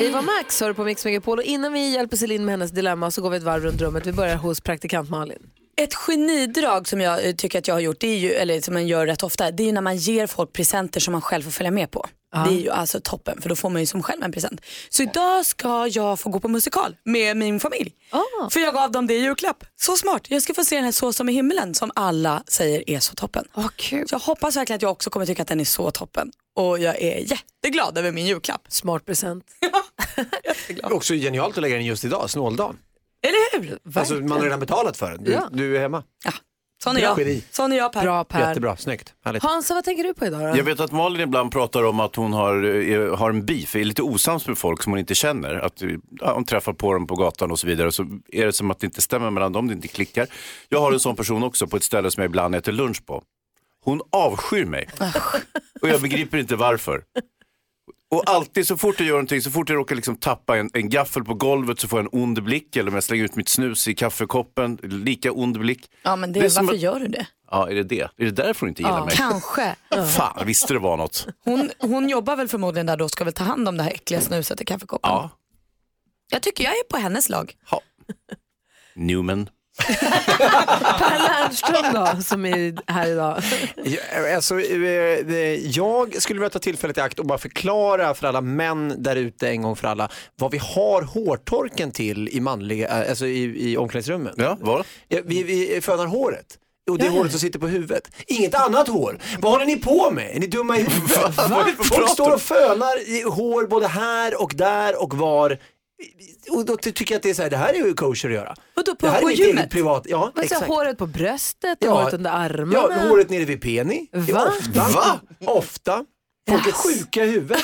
Eva Max hör på Mix Megapol och innan vi hjälper Celine med hennes dilemma så går vi ett varv runt rummet. Vi börjar hos praktikant Malin. Ett genidrag som jag eh, tycker att jag har gjort, det är ju, eller som man gör rätt ofta, det är ju när man ger folk presenter som man själv får följa med på. Det är ju alltså toppen för då får man ju som själv en present. Så idag ska jag få gå på musikal med min familj. Ah. För jag gav dem det i julklapp. Så smart. Jag ska få se den här Så som i himmelen som alla säger är så toppen. Oh, cool. Så jag hoppas verkligen att jag också kommer tycka att den är så toppen. Och jag är jätteglad över min julklapp. Smart present. Det är också genialt att lägga den just idag, snåldagen. Eller hur? Alltså, man har redan betalat för den. Du, Ja. du är hemma. Sån är Bra. jag. Geni. Sån är jag Per. Bra Per. Jättebra, snyggt. Härligt. Hansa, vad tänker du på idag då? Jag vet att Malin ibland pratar om att hon har, eh, har en beef, är lite osams med folk som hon inte känner. Att eh, ja, hon träffar på dem på gatan och så vidare. Så är det som att det inte stämmer mellan dem, det inte klickar. Jag har en sån person också på ett ställe som jag ibland äter lunch på. Hon avskyr mig. Och jag begriper inte varför. Och alltid så fort jag gör någonting, så fort jag råkar liksom tappa en, en gaffel på golvet så får jag en ond blick. Eller om jag slänger ut mitt snus i kaffekoppen, lika ond blick. Ja men det, Det är som varför att- gör du det? Ja, är det det? Är det därför hon inte gillar Ja, mig? kanske. Fan, jag visste det var något. Hon, hon jobbar väl förmodligen där då och ska väl ta hand om det här äckliga snuset i kaffekoppen. Ja. Jag tycker jag är på hennes lag. Newman. Per Lernström då, som är här idag. Ja, Alltså, eh, det- jag skulle vilja ta tillfället i akt och bara förklara för alla män där ute en gång för alla vad vi har hårtorken till i, manliga, eh, alltså i, i omklädningsrummen. Ja, vad? Vi, vi fönar håret. Och det Ja. håret som sitter på huvudet. Inget annat hår. Vad håller ni på med? Är ni dumma i huvudet? Vad är det för Folk prat? står och fönar i hår både här och där och var. Och då tycker jag att det är så här, det här är ju kosher att göra. Vadå, på- det här på är mitt gymmet? eget privat. Ja, Vad sa exakt. håret på bröstet och Ja. håret under Ja, armarna? håret nere vid peni. Det är Va? Ofta. Va? Ofta. Folk är sjuka i huvudet.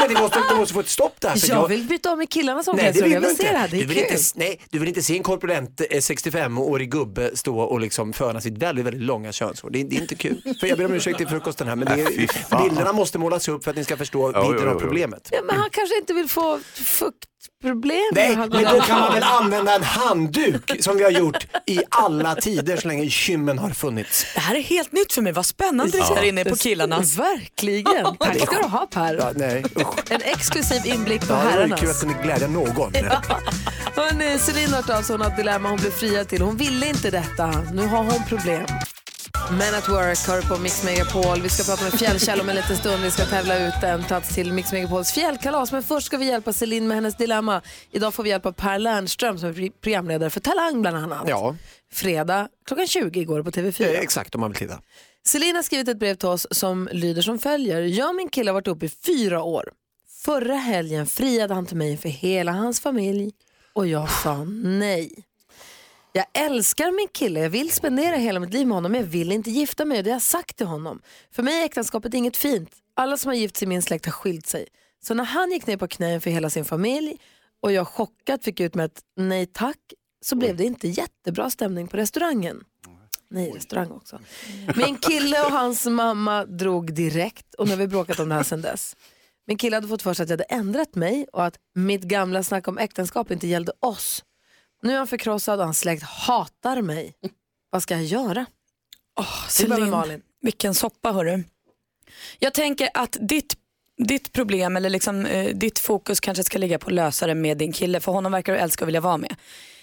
Men det måste, det måste få ett stopp där. för Jag vill byta om med killarnas Nej, det omklädningsrum. vill Jag du vill se inte. det här, det du, är vill kul. inte, nej, du vill inte se en korpulent eh, 65-årig gubbe stå och liksom föna sitt väldigt, väldigt långa könshår. Det, är- det är inte kul. För jag ber om ursäkt till frukosten här, men det Fy är, fan. bilderna måste målas upp för att ni ska förstå jo, vidden jo, av jo. problemet. Ja, men han kanske inte vill få fuktproblem. Nej, när han går men då kan man därifrån. väl använda en handduk som vi har gjort i alla tider så länge kymmen har funnits. Det här är helt nytt för mig, vad spännande Ja. det är inne på killarnas. Verkligen. Tack ska du ha Per. Ja, nej, usch. En exklusiv inblick på Ja, det var ju herrarnas. kul att kunde glädja någon. Hörrni, Celine har hört av sig. Hon har ett dilemma hon blev friad till. Hon ville inte detta. Nu har hon problem. Men at Work hör på Mix Megapol. Vi ska prata med Fjällkäll om en liten stund. Vi ska tävla ut en plats till Mix Megapols fjällkalas. Men först ska vi hjälpa Celine med hennes dilemma. Idag får vi hjälp av Per Lernström som är pri- programledare för Talang bland annat. Ja. Fredag klockan 20 igår på TV4. Eh, Exakt, om man vill titta. Selina har skrivit ett brev till oss som lyder som följer. Jag och min kille har varit ihop i fyra år. Förra helgen friade han till mig för hela hans familj och jag sa nej. Jag älskar min kille, jag vill spendera hela mitt liv med honom men jag vill inte gifta mig och det har jag sagt till honom. För mig är äktenskapet inget fint. Alla som har gift sig i min släkt har skilt sig. Så när han gick ner på knä för hela sin familj och jag chockat fick ut med ett nej tack så blev det inte jättebra stämning på restaurangen. Nej, restaurang också. Min kille och hans mamma drog direkt och nu har vi bråkat om det här sedan dess. Min kille hade fått för sig att jag hade ändrat mig och att mitt gamla snack om äktenskap inte gällde oss. Nu är han förkrossad och hans släkt hatar mig. Vad ska jag göra? Vi börjar med Malin. Vilken soppa hörru. Jag tänker att ditt, ditt problem eller liksom, eh, ditt fokus kanske ska ligga på att lösa det med din kille för honom verkar du älska och vilja vara med.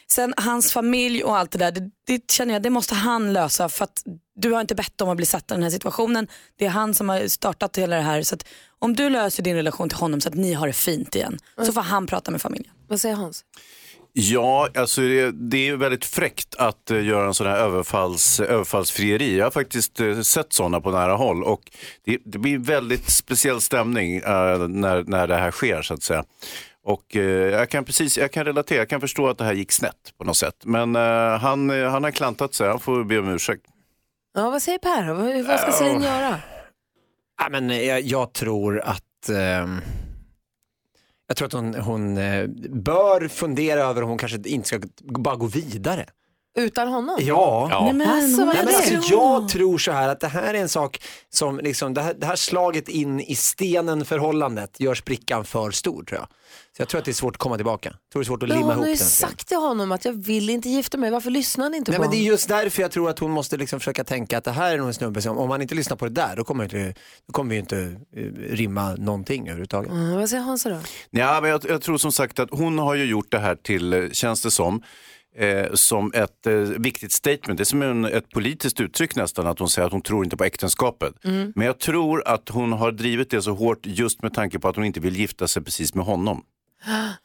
Sen hans familj och allt det där, det, det känner jag det måste han lösa för att du har inte bett om att bli satt i den här situationen. Det är han som har startat hela det här. Så att om du löser din relation till honom så att ni har det fint igen så får han prata med familjen. Vad säger Hans? Ja, alltså det, det är väldigt fräckt att eh, göra en sån här överfalls, överfallsfrieri. Jag har faktiskt eh, sett sådana på nära håll och det, det blir en väldigt speciell stämning eh, när, när det här sker så att säga. Och eh, jag kan precis, jag kan relatera, jag kan förstå att det här gick snett på något sätt. Men eh, han, eh, han har klantat sig, han får be om ursäkt. Ja, vad säger Per? då? Vad, vad ska Äh, Selin göra? Ja, men eh, jag, jag tror att ehm, jag tror att hon, hon eh, bör fundera över om hon kanske inte ska bara gå vidare. Utan honom? Ja, Nej, men, alltså, vad Nej, är men det? alltså, jag tror så här att det här är en sak som, liksom, det, här, det här slaget in i stenen förhållandet gör sprickan för stor tror jag. Så jag tror att det är svårt att komma tillbaka. Jag tror det är svårt att Men limma hon ihop har ju den. sagt till honom att jag vill inte gifta mig, varför lyssnar ni inte Nej, på men det är honom? just därför jag tror att hon måste liksom försöka tänka att det här är nog en snubbe som, om man inte lyssnar på det där, då kommer, jag inte, då kommer vi ju inte eh, rimma någonting överhuvudtaget. Mm, vad säger Hans då? Ja, men jag, jag tror som sagt att hon har ju gjort det här till, eh, känns det som, eh, som ett eh, viktigt statement. Det är som en, ett politiskt uttryck nästan, att hon säger att hon tror inte på äktenskapet. Mm. Men jag tror att hon har drivit det så hårt just med tanke på att hon inte vill gifta sig precis med honom.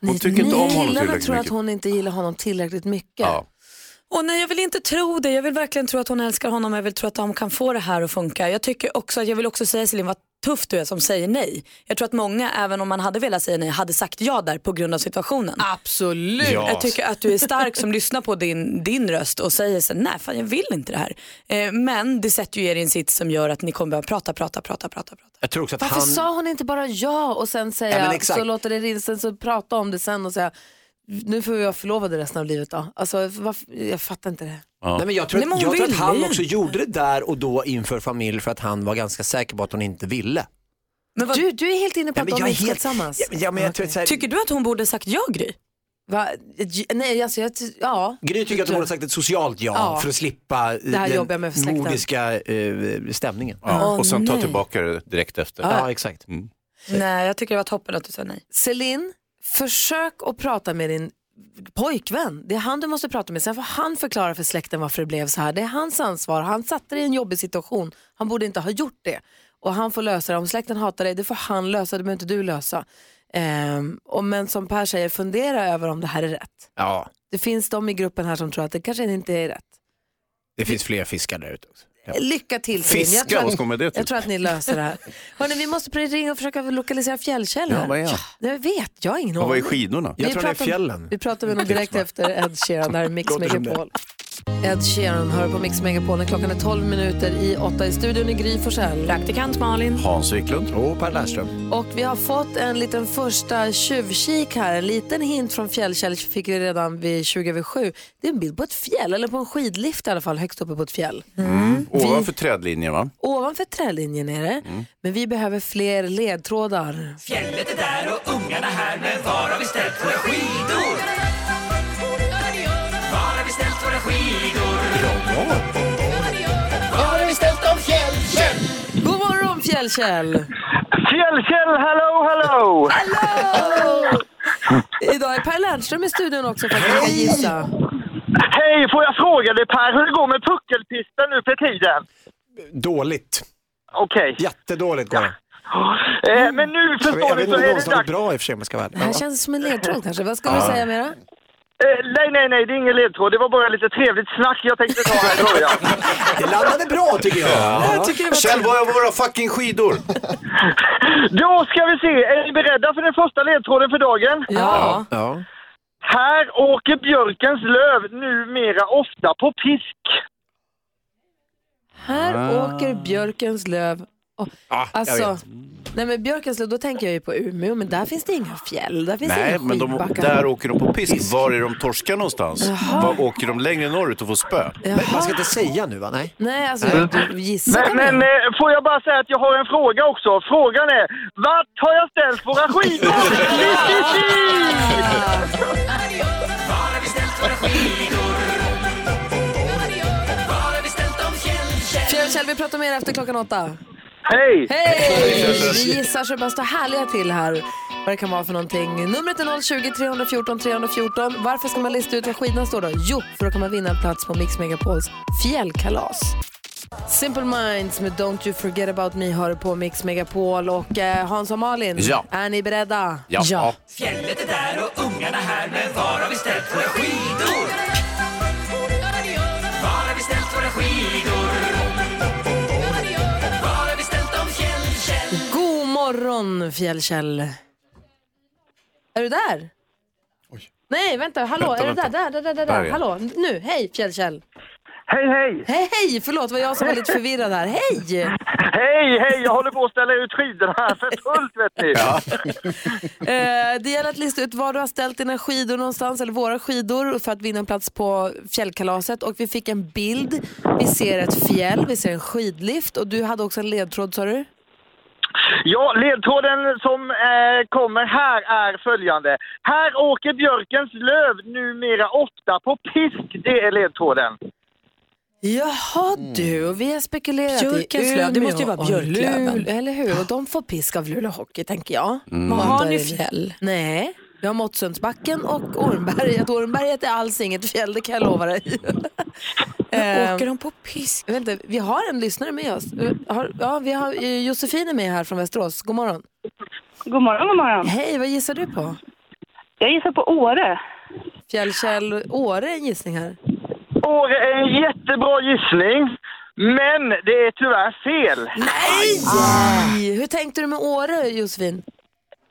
Hon tycker inte om honom Killarna tillräckligt tror att mycket. hon inte gillar honom tillräckligt mycket. Ja. Åh nej, jag vill inte tro det. Jag vill verkligen tro att hon älskar honom. Jag vill tro att de kan få det här att funka. Jag tycker också, jag vill också säga Celine, vad tuff du är som säger nej. Jag tror att många, även om man hade velat säga nej, hade sagt ja där på grund av situationen. Absolut. Ja. Jag tycker att du är stark som lyssnar på din, din röst och säger så nej fan jag vill inte det här. Eh, men det sätter ju er i en sits som gör att ni kommer behöva prata, prata, prata, prata. prata. Jag tror också att Varför han... sa hon inte bara ja och sen Ja, säga, men exakt. så låter det rinna, sen så prata om det sen och säga, nu får vi vara förlovade resten av livet då. Alltså, varför, jag fattar inte det. Nej, men jag tror, Nej, men att, hon jag tror att ville han ju. också gjorde det där och då inför familj för att han var ganska säker på att hon inte ville. du, du är helt inne på Nej, att men jag de är inte ska helt- tillsammans. Ja, men- ja, men jag tror att så här- Tycker du att hon borde sagt ja Gry? Va? J- Nej, alltså jag, ty- ja. Gry tycker att hon borde sagt ett socialt ja, Ja. för att slippa eh, Det här jobbar jag med för den släkten. nordiska eh, stämningen. Ja, Åh, och sen ta nej. tillbaka det direkt efter. Ja. Ja, exakt. Mm. Nej, jag tycker det var toppen att du sa nej. Celine, försök att prata med din pojkvän. Det är han du måste prata med. Sen får han förklara för släkten varför det blev så här. Det är hans ansvar. Han satte dig i en jobbig situation. Han borde inte ha gjort det. Och han får lösa det. Om släkten hatar dig, det får han lösa. Det behöver inte du lösa. Ehm, och men som Per säger, fundera över om det här är rätt. Ja, Det finns de i gruppen här som tror att det kanske inte är rätt. det finns fler fiskar där ute också. Ja. Lycka till Fiska, Celine. Jag tror att- vad ska man med det till? Jag tror att ni löser det här. Hörrni, vi måste börja ringa och försöka lokalisera fjällkällor. Ja, vad är han? Det vet jag, har ingen Han var i aning. skidorna. Vi Jag tror han är i pratar- fjällen. Vi pratar med honom direkt efter Ed Sheeran. Det här är Mix Låter som det. Megapol. Ed Sheeran hör på Mix Megapol. Klockan är 12 minuter i 8 i studion i Gry Forssell. Praktikant Malin. Hans Wiklund. Och Per Lernström. Och vi har fått en liten första tjuvkik här. En liten hint från fjällkällor fick vi redan vid 20 över 7. Det är en bild på ett fjäll, eller på en skidlift i alla fall, högst uppe på ett fjäll. Mm. Ovanför trädlinjen va? Ovanför trälinjen är det, Mm. men vi behöver fler ledtrådar. Fjället är där och ungarna här, men var har vi ställt våra skidor? Var har vi ställt våra skidor? Var har vi ställt dem fjällkäll? God morgon Fjällkäll! Fjällkäll, hello, hello! Hello! Idag är Per Lernström i studion också för att försöka gissa. Hej, får jag fråga dig Per hur det går med puckelpisten nu för tiden? Dåligt. Okej. Jättedåligt går det. Eh, men nu Jag vet- förstår jag ni vet inte så om är någon det som är dags. bra i och för sig om jag ska vara Det här ärlig. känns som en ledtråd kanske. Vad skulle du Ja. säga mera? Eh, nej, nej, nej, det är ingen ledtråd. Det var bara lite trevligt snack jag tänkte ta här i början. Det landade bra tycker jag. Kjell, var är våra fucking skidor? Då ska vi se, är ni beredda för den första ledtråden för dagen? Ja. ja. Här åker björkens löv numera ofta på pisk. Här Ah. åker björkens löv. Oh, Ja, Ah, jag alltså, vet. nej men björkens löv, då tänker jag ju på Umeå, men där finns det inga fjäll, där finns det Nej, inga men de, skidbackar. där åker de på pisk. Var är de torskar någonstans? Jaha. Var åker de längre norrut och får spö? Jaha. Man ska inte säga nu va? Nej. Nej, alltså Nej. du gissar Men, kan men man ju. eh, får jag bara säga att jag har en fråga också. Frågan är, vart har jag ställt våra skidor? Fjällkäll, vi pratar mer efter klockan åtta. Hej! Hej! Vi gissar så det bara står härliga till här. Vad det kan vara för någonting. Numret är 020 314 314. Varför ska man lista ut vad skidorna står då? Jo, för att kunna vinna en plats på Mix Megapols fjällkalas. Simple Minds med Don't You Forget About Me hör på Mix Megapol och eh, Hans och Malin, Ja. är ni beredda? Fjället är där och ungarna här, men var har vi ställt våra skidor? Var har vi ställt våra skidor? Var har vi ställt dem fjällkäll? God morgon Fjällkäll. Är du där? Nej, vänta, hallå, Vänta, är du där? Där, där, där, där, Där är där. jag. hallå, nu, hej Fjällkäll. Hej, hej! Hej, hej! Förlåt, var jag som var lite förvirrad här. Hej! Hej, hej! Jag håller på att ställa ut skidorna här för fullt, vet ni. Eh, det gäller att lista ut var du har ställt dina skidor någonstans, eller våra skidor, för att vinna en plats på fjällkalaset. Och vi fick en bild. Vi ser ett fjäll, vi ser en skidlift och du hade också en ledtråd, sa du? Ja, ledtråden som eh, kommer här är följande. Här åker björkens löv numera ofta på pisk. Det är ledtråden. Jaha du, och vi har spekulerat Björkens i Umeå löv, Mm. det måste ju vara och björklöven. Luleå, Eller hur? Och de får pisk av Luleå Hockey, tänker jag. Mm. Måndag Har ni är det- fjäll? Nej, vi har Måttsundsbacken och Ormberget. Ormberget är alls inget fjäll, det kan jag lova dig. åker de på pisk? Jag vet inte, vi har en lyssnare med oss. Eh, Har, ja, vi har eh, Josefin är med här från Västerås. God morgon. God morgon, god morgon. Hej, vad gissar du på? Jag gissar på Åre. Fjällkäll Åre är en gissning här. Åre är en jättebra gissning, men det är tyvärr fel. Nej! Hur tänkte du med Åre, Josefin?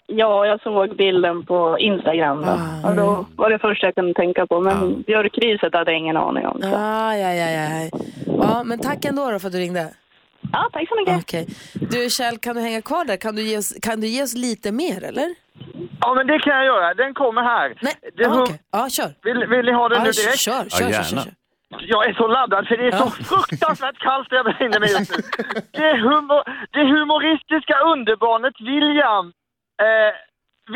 Ja, jag såg bilden på Instagram då. och då var det första jag kunde tänka på. Men björkriset hade jag ingen aning om. Så. Ah, ja, ja, ja. ja. ja, men tack ändå då för att du ringde. Ja, tack så mycket. Okej. Du Kjell, kan du hänga kvar där? Kan du ge oss, kan du ge oss lite mer eller? Ja, men det kan jag göra. Den kommer här. Nej, det, ah, okej. Ja, kör. Vill, vill ni ha den Ja, nu kör, direkt? kör, Ja, kör, gärna. kör, kör. Jag är så laddad för det är så fruktansvärt kallt där jag befinner mig just nu. Det, humor, det humoristiska underbarnet William, eh,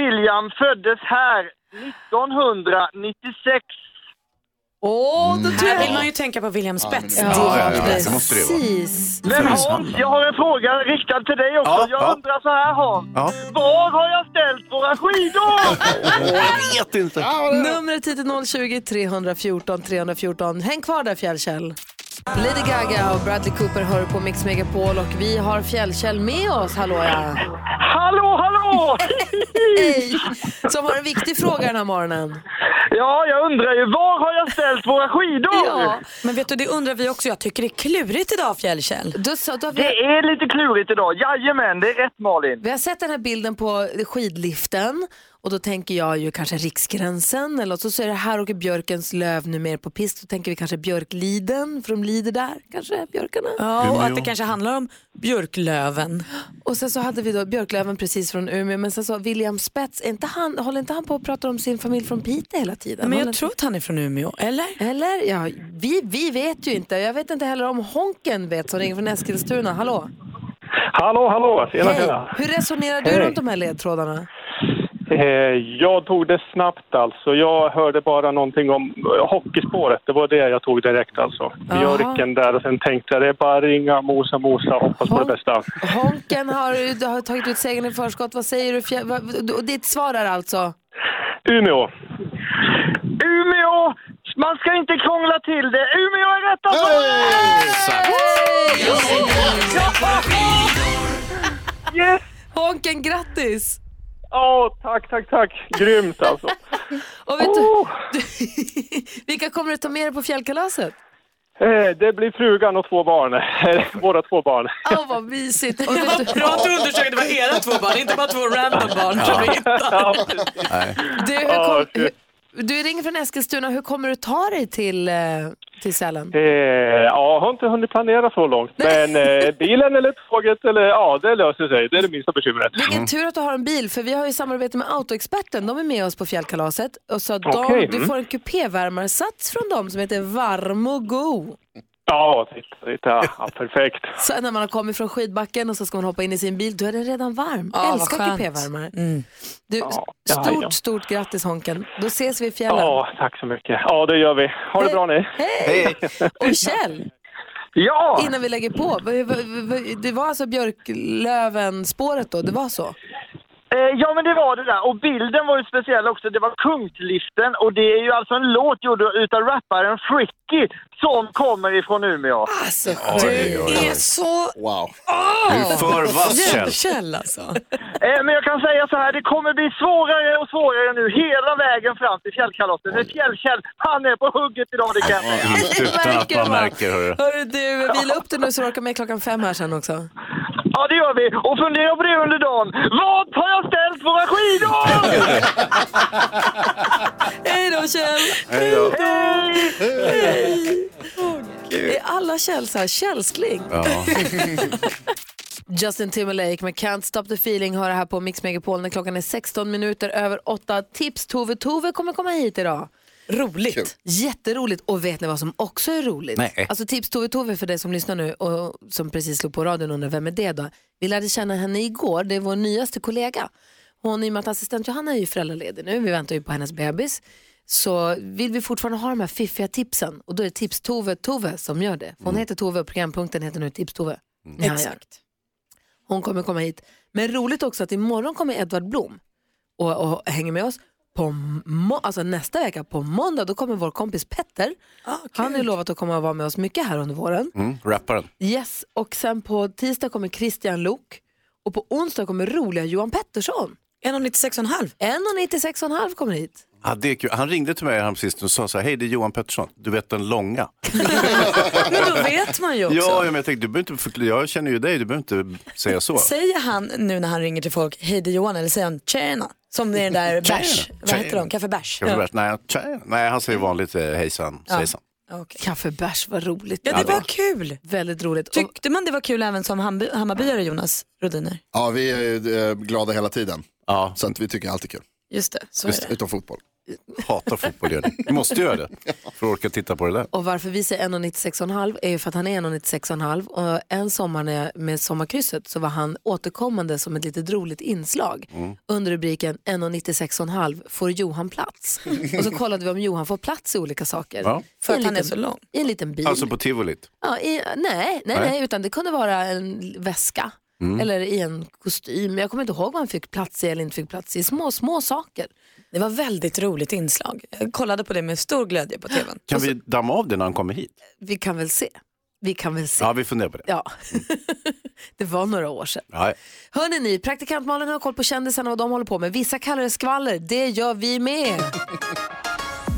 William föddes här 1996. Åh, då tror jag... vill man ju tänka på William Spets. men- Ja, ja, ja, så måste det vara. Precis. Men Hans, jag har en fråga riktad till dig också. Ja, jag ja. undrar så här Hans. Ja. Var har jag ställt våra skidor? Jag vet inte. Numret hit är 020 314 314. Häng kvar där Fjällkäll. Lady Gaga och Bradley Cooper hör på Mix Megapol och vi har Fjällkäll med oss. Hallå ja. Hallå, hallå! Hej! Som har en viktig fråga den här morgonen. Ja, jag undrar ju var har jag ställt våra skidor? Ja, men vet du, det undrar vi också. Jag tycker det är klurigt idag, Fjällkäll. Du sa, du har Det är lite klurigt idag. Jajamän, det är rätt Malin. Vi har sett den här bilden på skidliften och då tänker jag ju kanske Riksgränsen eller något. så ser det här åker björkens löv nu mer på pisk. Då tänker vi kanske Björkliden för de lider där kanske, björkarna. Ja, och att det kanske handlar om björklöven. Och sen så hade vi då Björklöven precis från Umeå men sen så William Spets, är inte han, håller inte han på att prata om sin familj från Piteå hela tiden? Men Håller jag inte- tror att han är från Umeå, eller? Eller? Ja, vi, vi vet ju inte. Jag vet inte heller om Honken vet som ringer från Eskilstuna. Hallå? Hallå, hallå! Tjena, Hej. tjena! Hur resonerar du Hej. runt de här ledtrådarna? Eh, jag tog det snabbt alltså. Jag hörde bara någonting om eh, hockeyspåret. Det var det jag tog direkt alltså. Björken där och sen tänkte jag det är bara att ringa, mosa, mosa, hoppas på det bästa. Honken har, har tagit ut segern i förskott. Vad säger du? Fjär, vad, och ditt svar är alltså? Umeå! Umeå! Man ska inte krångla till det. Umeå är rätta svaret! Yes! Honken, grattis! Ja, tack, tack, tack! Oh. Grymt alltså! Och vet du, du, vilka kommer du ta med dig på fjällkalaset? Eh, det blir frugan och två barn. Våra två barn. Åh, vad mysigt! Och vet du, Bra att du undersökte vad era två barn, inte bara två random barn som vi hittade. du, hur kom, hur, du ringer från Eskilstuna. Hur kommer du ta dig till, eh, till Sälen? Eh, ja, jag har inte hunnit planera så långt. Men eh, bilen eller tåget, eller, ja, det löser sig. Det är det minsta bekymret. Mm. Vilken tur att du har en bil, för vi har ju samarbete med Autoexperten. De är med oss på fjällkalaset. Och så de, Okej, Du mm. får en kupévärmarsats från dem som heter Varm och Go. Ja, titta, titta. Ja, perfekt. Så när man har kommit från skidbacken och så ska man hoppa in i sin bil, då är den redan varm. Ja, vad Älskar skönt. kupévärmare. Mm. Du, ja, stort, ja. stort grattis Honken. Då ses vi i fjällen. Ja, tack så mycket. Ja, det gör vi. Ha det bra ni. Hej! Och Kjell, Ja! innan vi lägger på. v- v- v- Det var alltså Björklöven-spåret då, det var så? Eh, Ja, men det var det där. Och bilden var ju speciell också. Det var Kunktliften och det är ju alltså en låt gjord utav rapparen Fricky som kommer ifrån Umeå. Alltså, du är så... Wow. Oh! Du är för vass, Kjell. Kjell alltså. Eh, Men jag kan säga så här, det kommer bli svårare och svårare nu hela vägen fram till fjällkalaset. För Fjällkäll, han är på hugget idag, det kan jag säga. Utan att man märker, hörru. Hörru du, vila upp dig nu så du orkar med klockan fem här sen också. Ja, det gör vi. Och fundera på det under dagen. Vart har jag ställt våra skidor? Hej då Kjell! Hej då. Hej! Är alla Kjell så här känslig? Ja. Justin Timberlake med Can't Stop The Feeling hör här på Mix Megapol när klockan är 16 minuter över 8. Tips Tove. Tove kommer komma hit idag. Roligt. Jätteroligt. Och vet ni vad som också är roligt? Nej. Alltså tips Tove Tove för dig som lyssnar nu och som precis slog på radion undrar vem är det då? Vi lärde känna henne igår. Det är vår nyaste kollega. Hon, i och med att assistent Johanna är ju föräldraledig nu, vi väntar ju på hennes bebis, så vill vi fortfarande ha de här fiffiga tipsen och då är det tips Tove Tove som gör det. För Hon heter Tove och programpunkten heter nu tips Tove. Det han gör. Exakt. Hon kommer komma hit. Men roligt också att imorgon kommer Edvard Blom och, och hänger med oss. På må- alltså nästa vecka, på måndag, då kommer vår kompis Petter. Han har ju lovat att komma och vara med oss mycket här under våren. Mm, rapparen. Yes, och sen på tisdag kommer Christian Lok och på onsdag kommer roliga Johan Pettersson. 1,96,5. 1,96,5 kommer hit. Ja, det är kul. Han ringde till mig häromsistens och sa så här, hej det är Johan Pettersson, du vet den långa. Men då vet man ju också. Ja, men jag tänkte, du behöver inte förklara, jag känner ju dig, du behöver inte säga så. Säger han nu när han ringer till folk, hej det är Johan, eller säger han tjena? Som det är den där Tjena. bärs, vad heter Tjena. de, kaffebärs? Kanske värt- Nej, tja, nej, han säger vanligt eh, hejsan, Ja. sejsan. Kaffebärs, vad roligt. Ja, Ja, det det var kul. Väldigt roligt. Tyckte man det var kul även som Hammarby- Hammarbyare, Jonas Rodiner? Ja, vi är ju, eh, glada hela tiden. Ja. Så att vi tycker allt är kul. Just det, så är det. Utom fotboll. Hatar fotboll, gör det. Vi måste göra det för att orka titta på det där. Och varför vi säger 1,96,5 är ju för att han är 1,96,5 och en sommar när jag, med Sommarkrysset så var han återkommande som ett litet roligt inslag Mm. under rubriken 1,96,5 får Johan plats? och så kollade vi om Johan får plats i olika saker. Ja. För I en att han är liten- så lång. I en liten bil. Alltså på tivolit. Ja, i, nej, nej, Nej. nej, utan det kunde vara en väska Mm. eller i en kostym. Jag kommer inte ihåg vad han fick plats i eller inte fick plats i. Små, små saker. Det var väldigt roligt inslag. Jag kollade på det med stor glädje på tvn. Kan vi damma av det när han kommer hit? Vi kan väl se. Vi kan väl se. Ja, vi funderar på det. Ja, det var några år sedan. Ja. Hörrni ni, praktikant Malin har koll på kändisarna och vad de håller på med. Vissa kallar det skvaller, det gör vi med.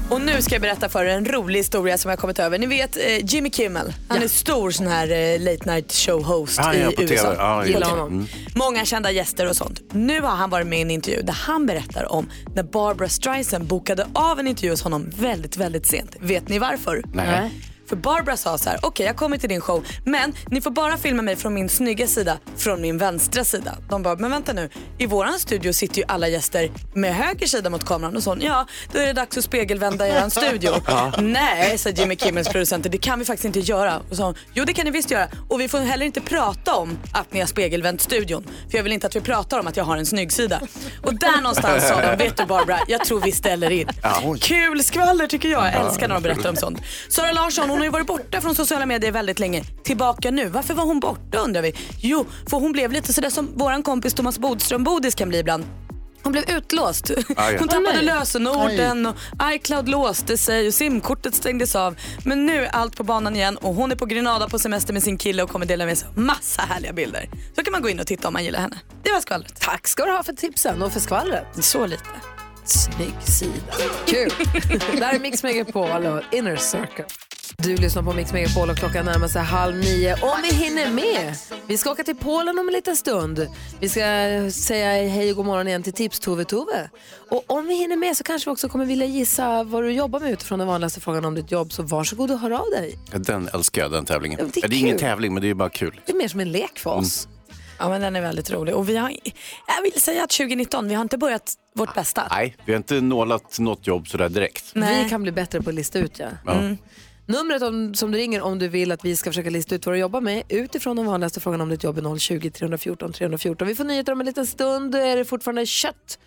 Och nu ska jag berätta för er en rolig historia som jag kommit över. Ni vet eh, Jimmy Kimmel, han är stor sån här eh, late night show host Han i är på USA. tv. Ja, Gillar ja. honom. Mm. Många kända gäster och sånt. Nu har han varit med i en intervju där han berättar om när Barbara Streisand bokade av en intervju hos honom väldigt, väldigt sent. Vet ni varför? Nej. För Barbara sa så här, okej jag kommer till din show men ni får bara filma mig från min snygga sida, från min vänstra sida. De bara, men vänta nu, i våran studio sitter ju alla gäster med höger sida mot kameran och sånt. Ja, då är det dags att spegelvända eran studio. Ja. Nej, sa Jimmy Kimmels producenter, det kan vi faktiskt inte göra. Och sa hon, jo det kan ni visst göra och vi får heller inte prata om att ni har spegelvänt studion. För jag vill inte att vi pratar om att jag har en snygg sida. Och där någonstans sa de, vet du Barbara, jag tror vi ställer in. Kul skvaller tycker jag. Jag älskar när de berättar om sånt. Sara Larsson hon har ju varit borta från sociala medier väldigt länge. Tillbaka nu. Varför var hon borta undrar vi? Jo, för hon blev lite sådär som våran kompis Thomas Bodström Bodis kan bli ibland. Hon blev utlåst. Aj, ja. Hon tappade Nej. lösenorden och iCloud låste sig och simkortet stängdes av. Men nu är allt på banan igen och hon är på Grenada på semester med sin kille och kommer dela med sig av massa härliga bilder. Så kan man gå in och titta om man gillar henne. Det var skvallret. Tack ska du ha för tipsen och för skvallret. Så lite. Snygg sida. Kul. Där är Mix Megapol och Inner Circle. Du lyssnar på Mix Megapol och klockan närmar sig halv nio. Om vi hinner med. Vi ska åka till Polen om en liten stund. Vi ska säga hej och god morgon igen till Tips-Tove-Tove. Och om vi hinner med så kanske vi också kommer vilja gissa vad du jobbar med utifrån den vanligaste frågan om ditt jobb. Så varsågod och hör av dig. Ja, Den älskar jag, den tävlingen. Ja, Ja, men det är det är ingen kul. tävling, men det är bara kul. Mm. Det är mer som en lek för oss. Ja men den är väldigt rolig och vi har, jag vill säga att 2019, vi har inte börjat vårt bästa. Nej, vi har inte nålat något jobb sådär direkt. Vi kan bli bättre på att lista ut ja. Ja. Mm. Numret om, som du ringer om du vill att vi ska försöka lista ut vad du jobbar med utifrån de vanligaste frågorna om ditt jobb är 020-314 314. Vi får nyheter om en liten stund. Är det fortfarande kött?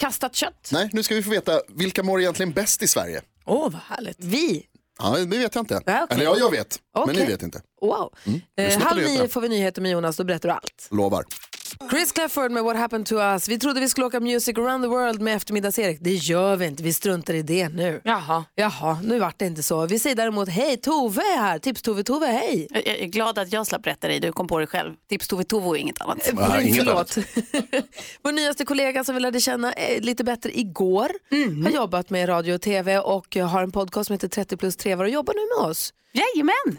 Kastat kött? Nej, nu ska vi få veta vilka mår egentligen bäst i Sverige. Åh, vad härligt. Vi? Ja, det vet jag inte. Ja, okej. Eller ja, jag vet. Men Okej. ni vet inte. Wow. Mm. Eh, Lyssna på halv nyheterna. nio får vi nyheter med Jonas, då berättar du allt. Lovar. Chris Clafford med What Happened To Us. Vi trodde vi skulle åka Music Around the World med eftermiddags-Erik. Det gör vi inte, vi struntar i det nu. Jaha. Jaha, nu vart det inte så. Vi säger däremot hej, Tove är här. Tips-Tove-Tove, hej. Jag jag är glad att jag slapp berätta dig, du kom på det själv. Tips Tove Tovo och Ah, inget annat. Ja, inget Eh, Förlåt. Vår nyaste kollega som vi lärde känna eh, lite bättre igår Mm. har jobbat med radio och tv och eh, har en podcast som heter 30 plus trevar och jobbar nu med oss. Eh, Jajamän!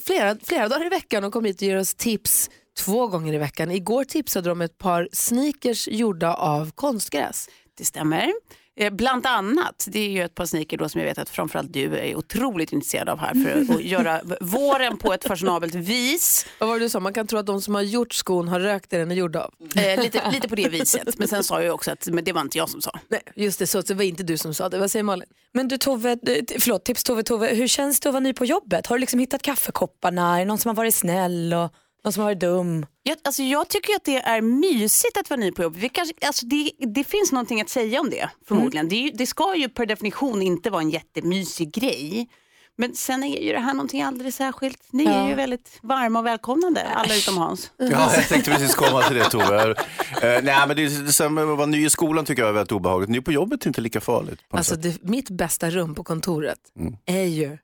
Flera, flera dagar i veckan och kommer hit och ger oss tips två gånger i veckan. Igår tipsade de om ett par sneakers gjorda av konstgräs. Det stämmer. Eh, Bland annat, det är ju ett par sneaker då som jag vet att framförallt du är otroligt intresserad av här för att- att göra v- våren på ett fashionabelt vis. Vad var det du sa? Man kan tro att de som har gjort skon har rökt det den är gjord av. Eh, lite, lite på det viset. Men sen sa jag ju också att men det var inte jag som sa. Nej, just det, så det var inte du som sa det. Vad säger Malin? Men du Tove, eh, t- förlåt, tips Tove, Tove, hur känns det att vara ny på jobbet? Har du liksom hittat kaffekopparna? Är det någon som har varit snäll och någon som har varit dum? Jag, alltså jag tycker ju att det är mysigt att vara ny på jobbet. Vi kanske, alltså det, det finns någonting att säga om det förmodligen. Det, är ju, det ska ju per definition inte vara en jättemysig grej. Men sen är ju det här någonting alldeles särskilt. Ni är Ja. ju väldigt varma och välkomnande, alla utom Hans. Ja, jag tänkte precis komma till det Tove. Eh, nej, men det, är- det, som att vara ny i skolan tycker jag är väldigt obehagligt. Ny på jobbet är inte lika farligt. På något Alltså sätt. Mm. det, mitt bästa rum på kontoret är ju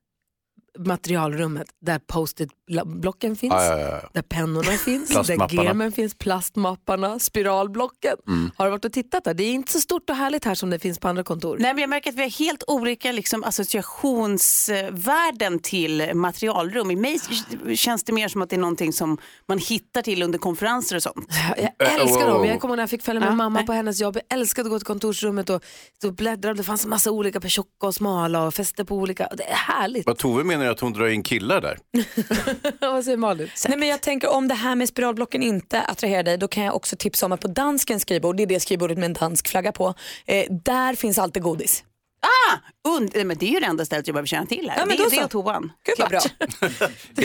materialrummet där post-it-blocken finns, Ja, ja, ja, ja. där pennorna finns, där Plastmapparna. gemen finns, plastmapparna, spiralblocken. Mm. Har du varit och tittat där? Det är inte så stort och härligt här som det finns på andra kontor. Nej, men jag märker att vi har helt olika liksom, associationsvärden till materialrum. I mig k- känns det mer som att det är någonting som man hittar till under konferenser och sånt. Eh, Jag älskar dem. Jag kommer ihåg när jag fick följa med mamma på hennes jobb. Jag älskade att gå till kontorsrummet och stå och bläddra. Det fanns massa olika på tjocka och smala och fäste på olika. Det är härligt. Vad Tove menar är att hon drar in killar där. Vad säger Malin? Nej, men jag tänker om det här med spiralblocken inte attraherar dig, då kan jag också tipsa om att på danskens skrivbord, det är det skrivbordet med en dansk flagga på, eh, där finns alltid godis. Ah, und- nej, men det är ju det enda stället jag behöver känna till här. Ja, men det då är det så. och toan. Gud vad bra.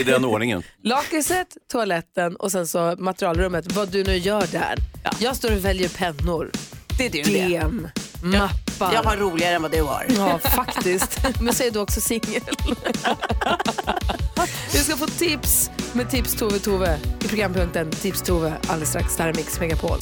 I den ordningen. Lakiset, toaletten och sen så materialrummet. Vad du nu gör där. Jag står och väljer pennor. Det är du det. Gem, mappar. Jag har roligare än vad du har. Ja, faktiskt. Men så är du också singel. Vi ska få tips med Tips Tove Tove i programpunkten Tips Tove alldeles strax. Det här är Mix Megapol.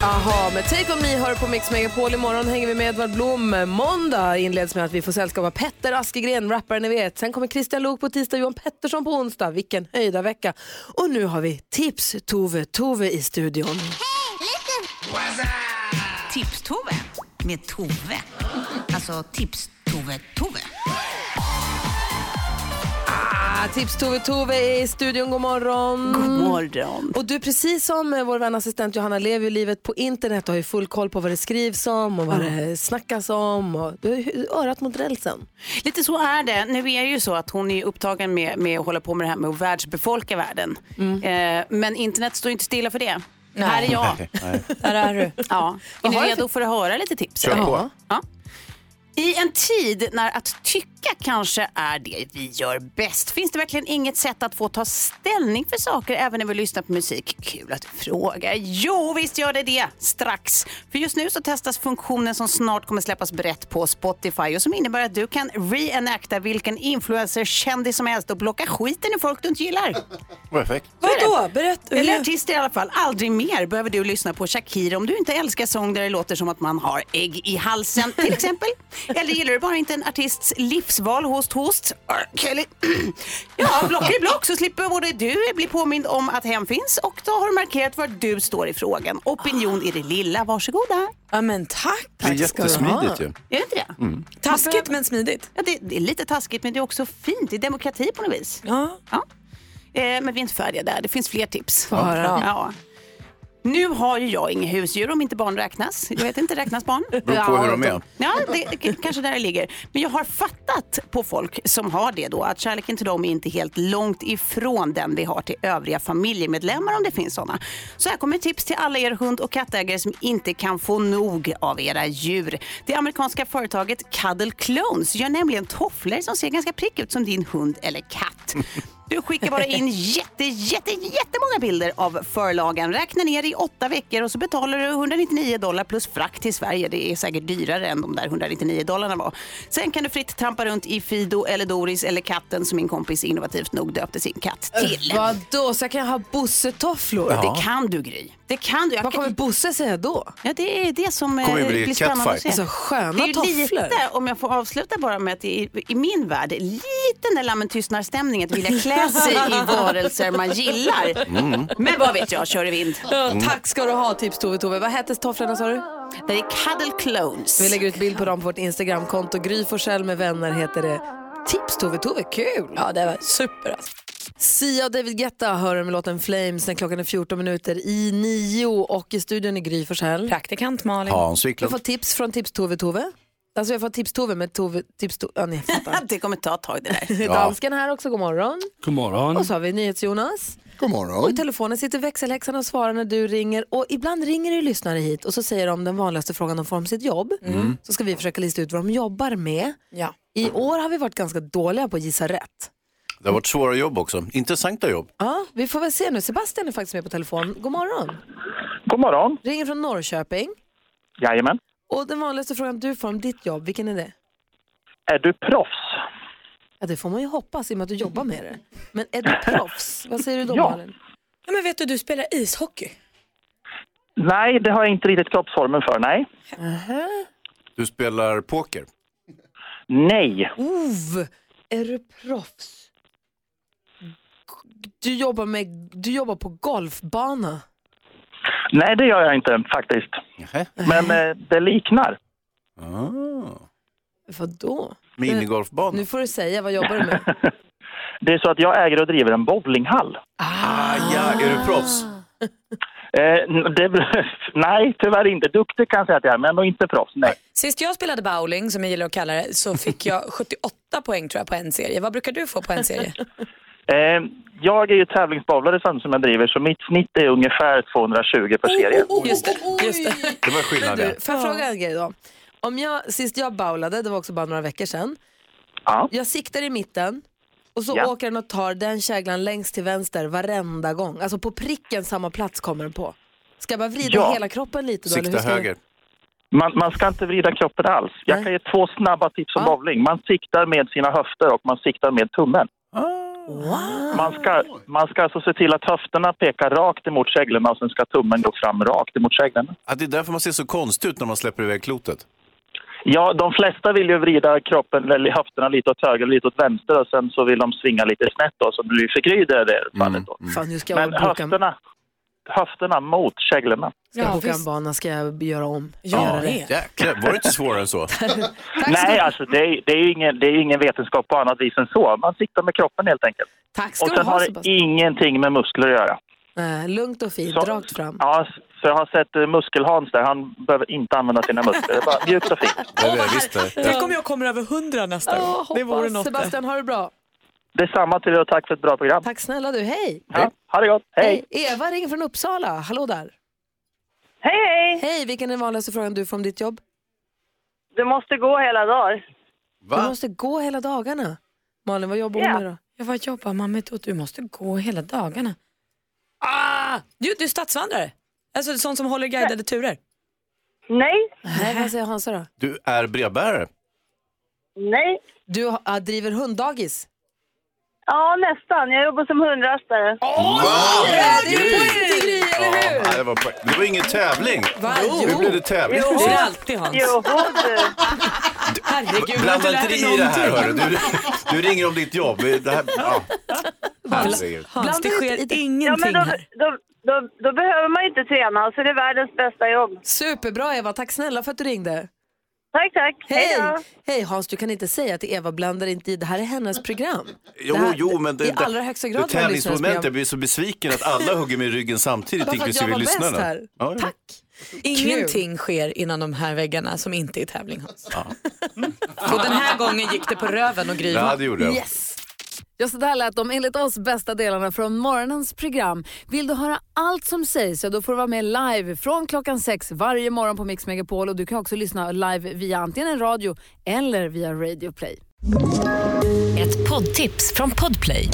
Aha, med Take On Me hör du på Mix Megapol. Imorgon hänger vi med Edvard Blom. Måndag inleds med att vi får sällskap av Petter Askegren, rapparen ni vet. Sen kommer Christian Lok på tisdag, Johan Pettersson på onsdag. Vilken höjda vecka. Och nu har vi Tips Tove Tove i studion. Tips-Tove med Tove. Alltså tips-Tove-Tove. Ah, tips Tove Tove är i studion, god morgon. God morgon. Och du precis som eh, vår vän assistent Johanna lever ju livet på internet och har ju full koll på vad det skrivs om och vad det snackas om. Och du har ju örat mot rälsen. Lite så är det. Nu är det ju så att hon är upptagen med, med att hålla på med det här med att världsbefolka världen. Eh, men internet står ju inte stilla för det. Här är jag. Där är du. Ja. Är ni redo för att höra lite tips? Kör på. Ja. Ja. I en tid när att tycka kanske är det vi gör bäst finns det verkligen inget sätt att få ta ställning för saker även när vi lyssnar på musik. Kul att du frågar. Jo, visst gör det det. Strax. För just nu så testas funktionen som snart kommer släppas brett på Spotify och som innebär att du kan reenacta vilken influencer, kändis som helst och plocka skiten ur folk du inte gillar. Perfekt. Vadå? Berätta. Eller artister i alla fall. Aldrig mer behöver du lyssna på Shakira om du inte älskar sång där det låter som att man har ägg i halsen till exempel. Eller gillar du bara inte en artists livsval, host host, R. Kelly. Ja, block i block så slipper både du bli påmind om att hem finns och då har du markerat var du står i frågan. Opinion i det lilla, varsågoda. Ja men tack. Det är jättesmidigt ju. Är det inte det? Mm. Taskigt men smidigt. Ja, det, det är lite taskigt men det är också fint. Det är demokrati på något vis. Ja. Eh, men vi är inte färdiga där. Det finns fler tips. Få höra. Ja. Nu har ju jag inga husdjur om inte barn räknas. Jag vet inte, räknas barn? Beror på hur de är. Ja, det, det kanske där det ligger. Men jag har fattat på folk som har det då att kärleken till dem är inte helt långt ifrån den vi har till övriga familjemedlemmar om det finns sådana. Så här kommer ett tips till alla er hund och kattägare som inte kan få nog av era djur. Det amerikanska företaget Cuddle Clones gör nämligen tofflor som ser ganska prick ut som din hund eller katt. Du skickar bara in jätte, jätte, jättemånga bilder av förlagen. Räkna ner i åtta veckor och så betalar du 199 dollar plus frakt till Sverige. Det är säkert dyrare än de där 199 dollarna var. Sen kan du fritt trampa runt i Fido eller Doris eller katten som min kompis innovativt nog döpte sin katt till. Äh, Vadå, så jag kan ha Bosse-tofflor? Ja. Det kan du Gry. Det kan du. Vad kommer Bosse säga då? Ja, det är det som eh, Kommer ju bli blir ett spännande att se. catfight. Alltså, sköna det är ju lite, tofflor. om jag får avsluta bara med att det är, i min värld, lite den där lammen tystnar-stämningen att vilja klä sig i varelser man gillar. Mm. Men vad vet jag, kör i vind. Ja, Tack ska du ha tips Tove Tove. Vad hette tofflorna sa du? Mm. Det är Cuddle Clones. Vi lägger ut bild på dem på vårt Instagramkonto. Gry Forssell med vänner heter det. Tips Tove Tove, kul! Ja det var super alltså. Sia och David Guetta hör du med låten Flames när klockan är 14 minuter i nio och i studion är Gry Forssell. Praktikant Malin. Hans Wiklund. Du får tips från Tips Tove Tove. Alltså jag får tips Tove, men Tove, tips Tove, ja ni fattar. det kommer ta ett tag det där. Dansken här också, god morgon. Godmorgon. Och så har vi NyhetsJonas. God Och i telefonen sitter växelhäxan och svarar när du ringer. Och ibland ringer det lyssnare hit och så säger de den vanligaste frågan de får om sitt jobb. Mm. Så ska vi försöka lista ut vad de jobbar med. Ja. I år har vi varit ganska dåliga på att gissa rätt. Det har varit svåra jobb också. Intressanta jobb. Ja, vi får väl se nu. Sebastian är faktiskt med på telefon. God morgon. God morgon. Ringer från Norrköping. Jajamän. Och den vanligaste frågan du får om ditt jobb, vilken är det? Är du proffs? Ja, det får man ju hoppas i och med att du jobbar med det. Men är du proffs? Vad säger du då, Ja. Malin? Ja, men vet du, du spelar ishockey. Nej, det har jag inte riktigt kroppsformen för, nej. Du spelar poker. Nej. Ov, är du proffs? Du jobbar, med, du jobbar på golfbana. Nej, det gör jag inte faktiskt. Men eh, det liknar. Ah. Vadå? Minigolfbana. Nu får du säga, vad jobbar du med? Det är så att jag äger och driver en bowlinghall. Ah, ja, är du proffs? Eh, n- det, nej, tyvärr inte. Duktig kan jag säga att jag är, men ändå inte proffs. Nej. Sist jag spelade bowling, som jag gillar att kalla det, så fick jag 78 poäng tror jag på en serie. Vad brukar du få på en serie? Eh, jag är ju tävlingsbowlare samtidigt som jag driver, så mitt snitt är ungefär 220 per serie. Oh, Just det, just det. Det var Men du, får jag fråga en grej då? Om jag, sist jag bowlade, det var också bara några veckor sedan. Ja. Jag siktar i mitten och så Ja. åker den och tar den käglan längst till vänster varenda gång. Alltså på pricken samma plats kommer den på. Ska jag bara vrida Ja. hela kroppen lite då? eller hur ska jag- Man, man ska inte vrida kroppen alls. Jag kan ge två snabba tips om bowling. Man siktar med sina höfter och man siktar med tummen. Ah. Man, ska, man ska alltså se till att höfterna pekar rakt emot käglorna och sen ska tummen gå fram rakt emot käglorna. Ja, det är därför man ser så konstig ut när man släpper iväg klotet. Ja, de flesta vill ju vrida kroppen, eller höfterna lite åt höger och lite åt vänster och sen så vill de svinga lite snett då så det blir förgrydd i det fallet då. Mm, Fan, nu ska jag Men boka en, höfterna, höfterna mot käglorna. ska jag boka en bana, ska jag göra om. göra Jäklar, var det inte svårare än så? Nej, alltså det är, det, är ju ingen, det är ju ingen vetenskap på annat vis än så. Man siktar med kroppen helt enkelt. Tack och ska du sen ha, har det Sebastian. ingenting med muskler att göra. Nej, lugnt och fint, rakt fram. Ja, så jag har sett eh, muskelhans där. Han behöver inte använda sina muskler. Det är bara mjukt och fint. Det är visst Tänk om jag kommer över 100 nästa Ja, gång. Det hoppas. vore något. det. Sebastian, ha det bra. Detsamma till er och tack för ett bra program. Tack snälla du, hej. Ja, ha det gott. Hej. Eva ringer från Uppsala, hallå där. Hej, hej. Hej, vilken är den vanligaste frågan du får om ditt jobb? Du måste gå hela dagen. Du måste gå hela dagarna. Malin, vad jobbar Ja. hon med då? Ja, vad jobbar man med då? Du måste gå hela dagarna. Ah! Du, du är stadsvandrare. Alltså sån som håller guidade turer. Nej. Nej, vad säger Hansa då? Du är brevbärare. Nej. Du äh, driver hunddagis? Ja, nästan. Jag jobbar som hundrastare. Oh, Det är poäng till Gry, eller hur? Ja, det, var på... det var ingen tävling. Va? Nu blev det tävling. Jo. Det är alltid Hans. Jo, du. Herregud, du har inte Blanda lärt inte dig dig i det här hörru. någonting. Du, du ringer om ditt jobb. Det här... ja. Herregud. Hans, det sker ingenting ja, men då, här. Då, då, då behöver man ju inte träna, så det är världens bästa jobb. Superbra Eva, tack snälla för att du ringde. Tack, tack. Hej! Hej då. Hej Hans, du kan inte säga till Eva, blandar inte i, det här är hennes program. Jo, det här, jo, men det, I allra högsta grad det var det tävlingsmomentet. Jag lyssnarnas blir så besviken att alla hugger mig i ryggen samtidigt, Bara för att jag var bäst inklusive lyssnarna. här. Ja, ja. Ingenting sker innan de här väggarna som inte är tävling Hans. Och den här gången gick det på röven och Gry Ja, det gjorde jag. Yes. Ja, så där lät de enligt oss bästa delarna från morgonens program. Vill du höra allt som sägs så då får du vara med live från klockan sex varje morgon på Mix Megapol och du kan också lyssna live via antingen en radio eller via Radio Play. Ett poddtips från Podplay.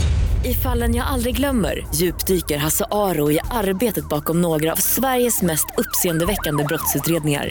I fallen jag aldrig glömmer djupdyker Hasse Aro i arbetet bakom några av Sveriges mest uppseendeväckande brottsutredningar.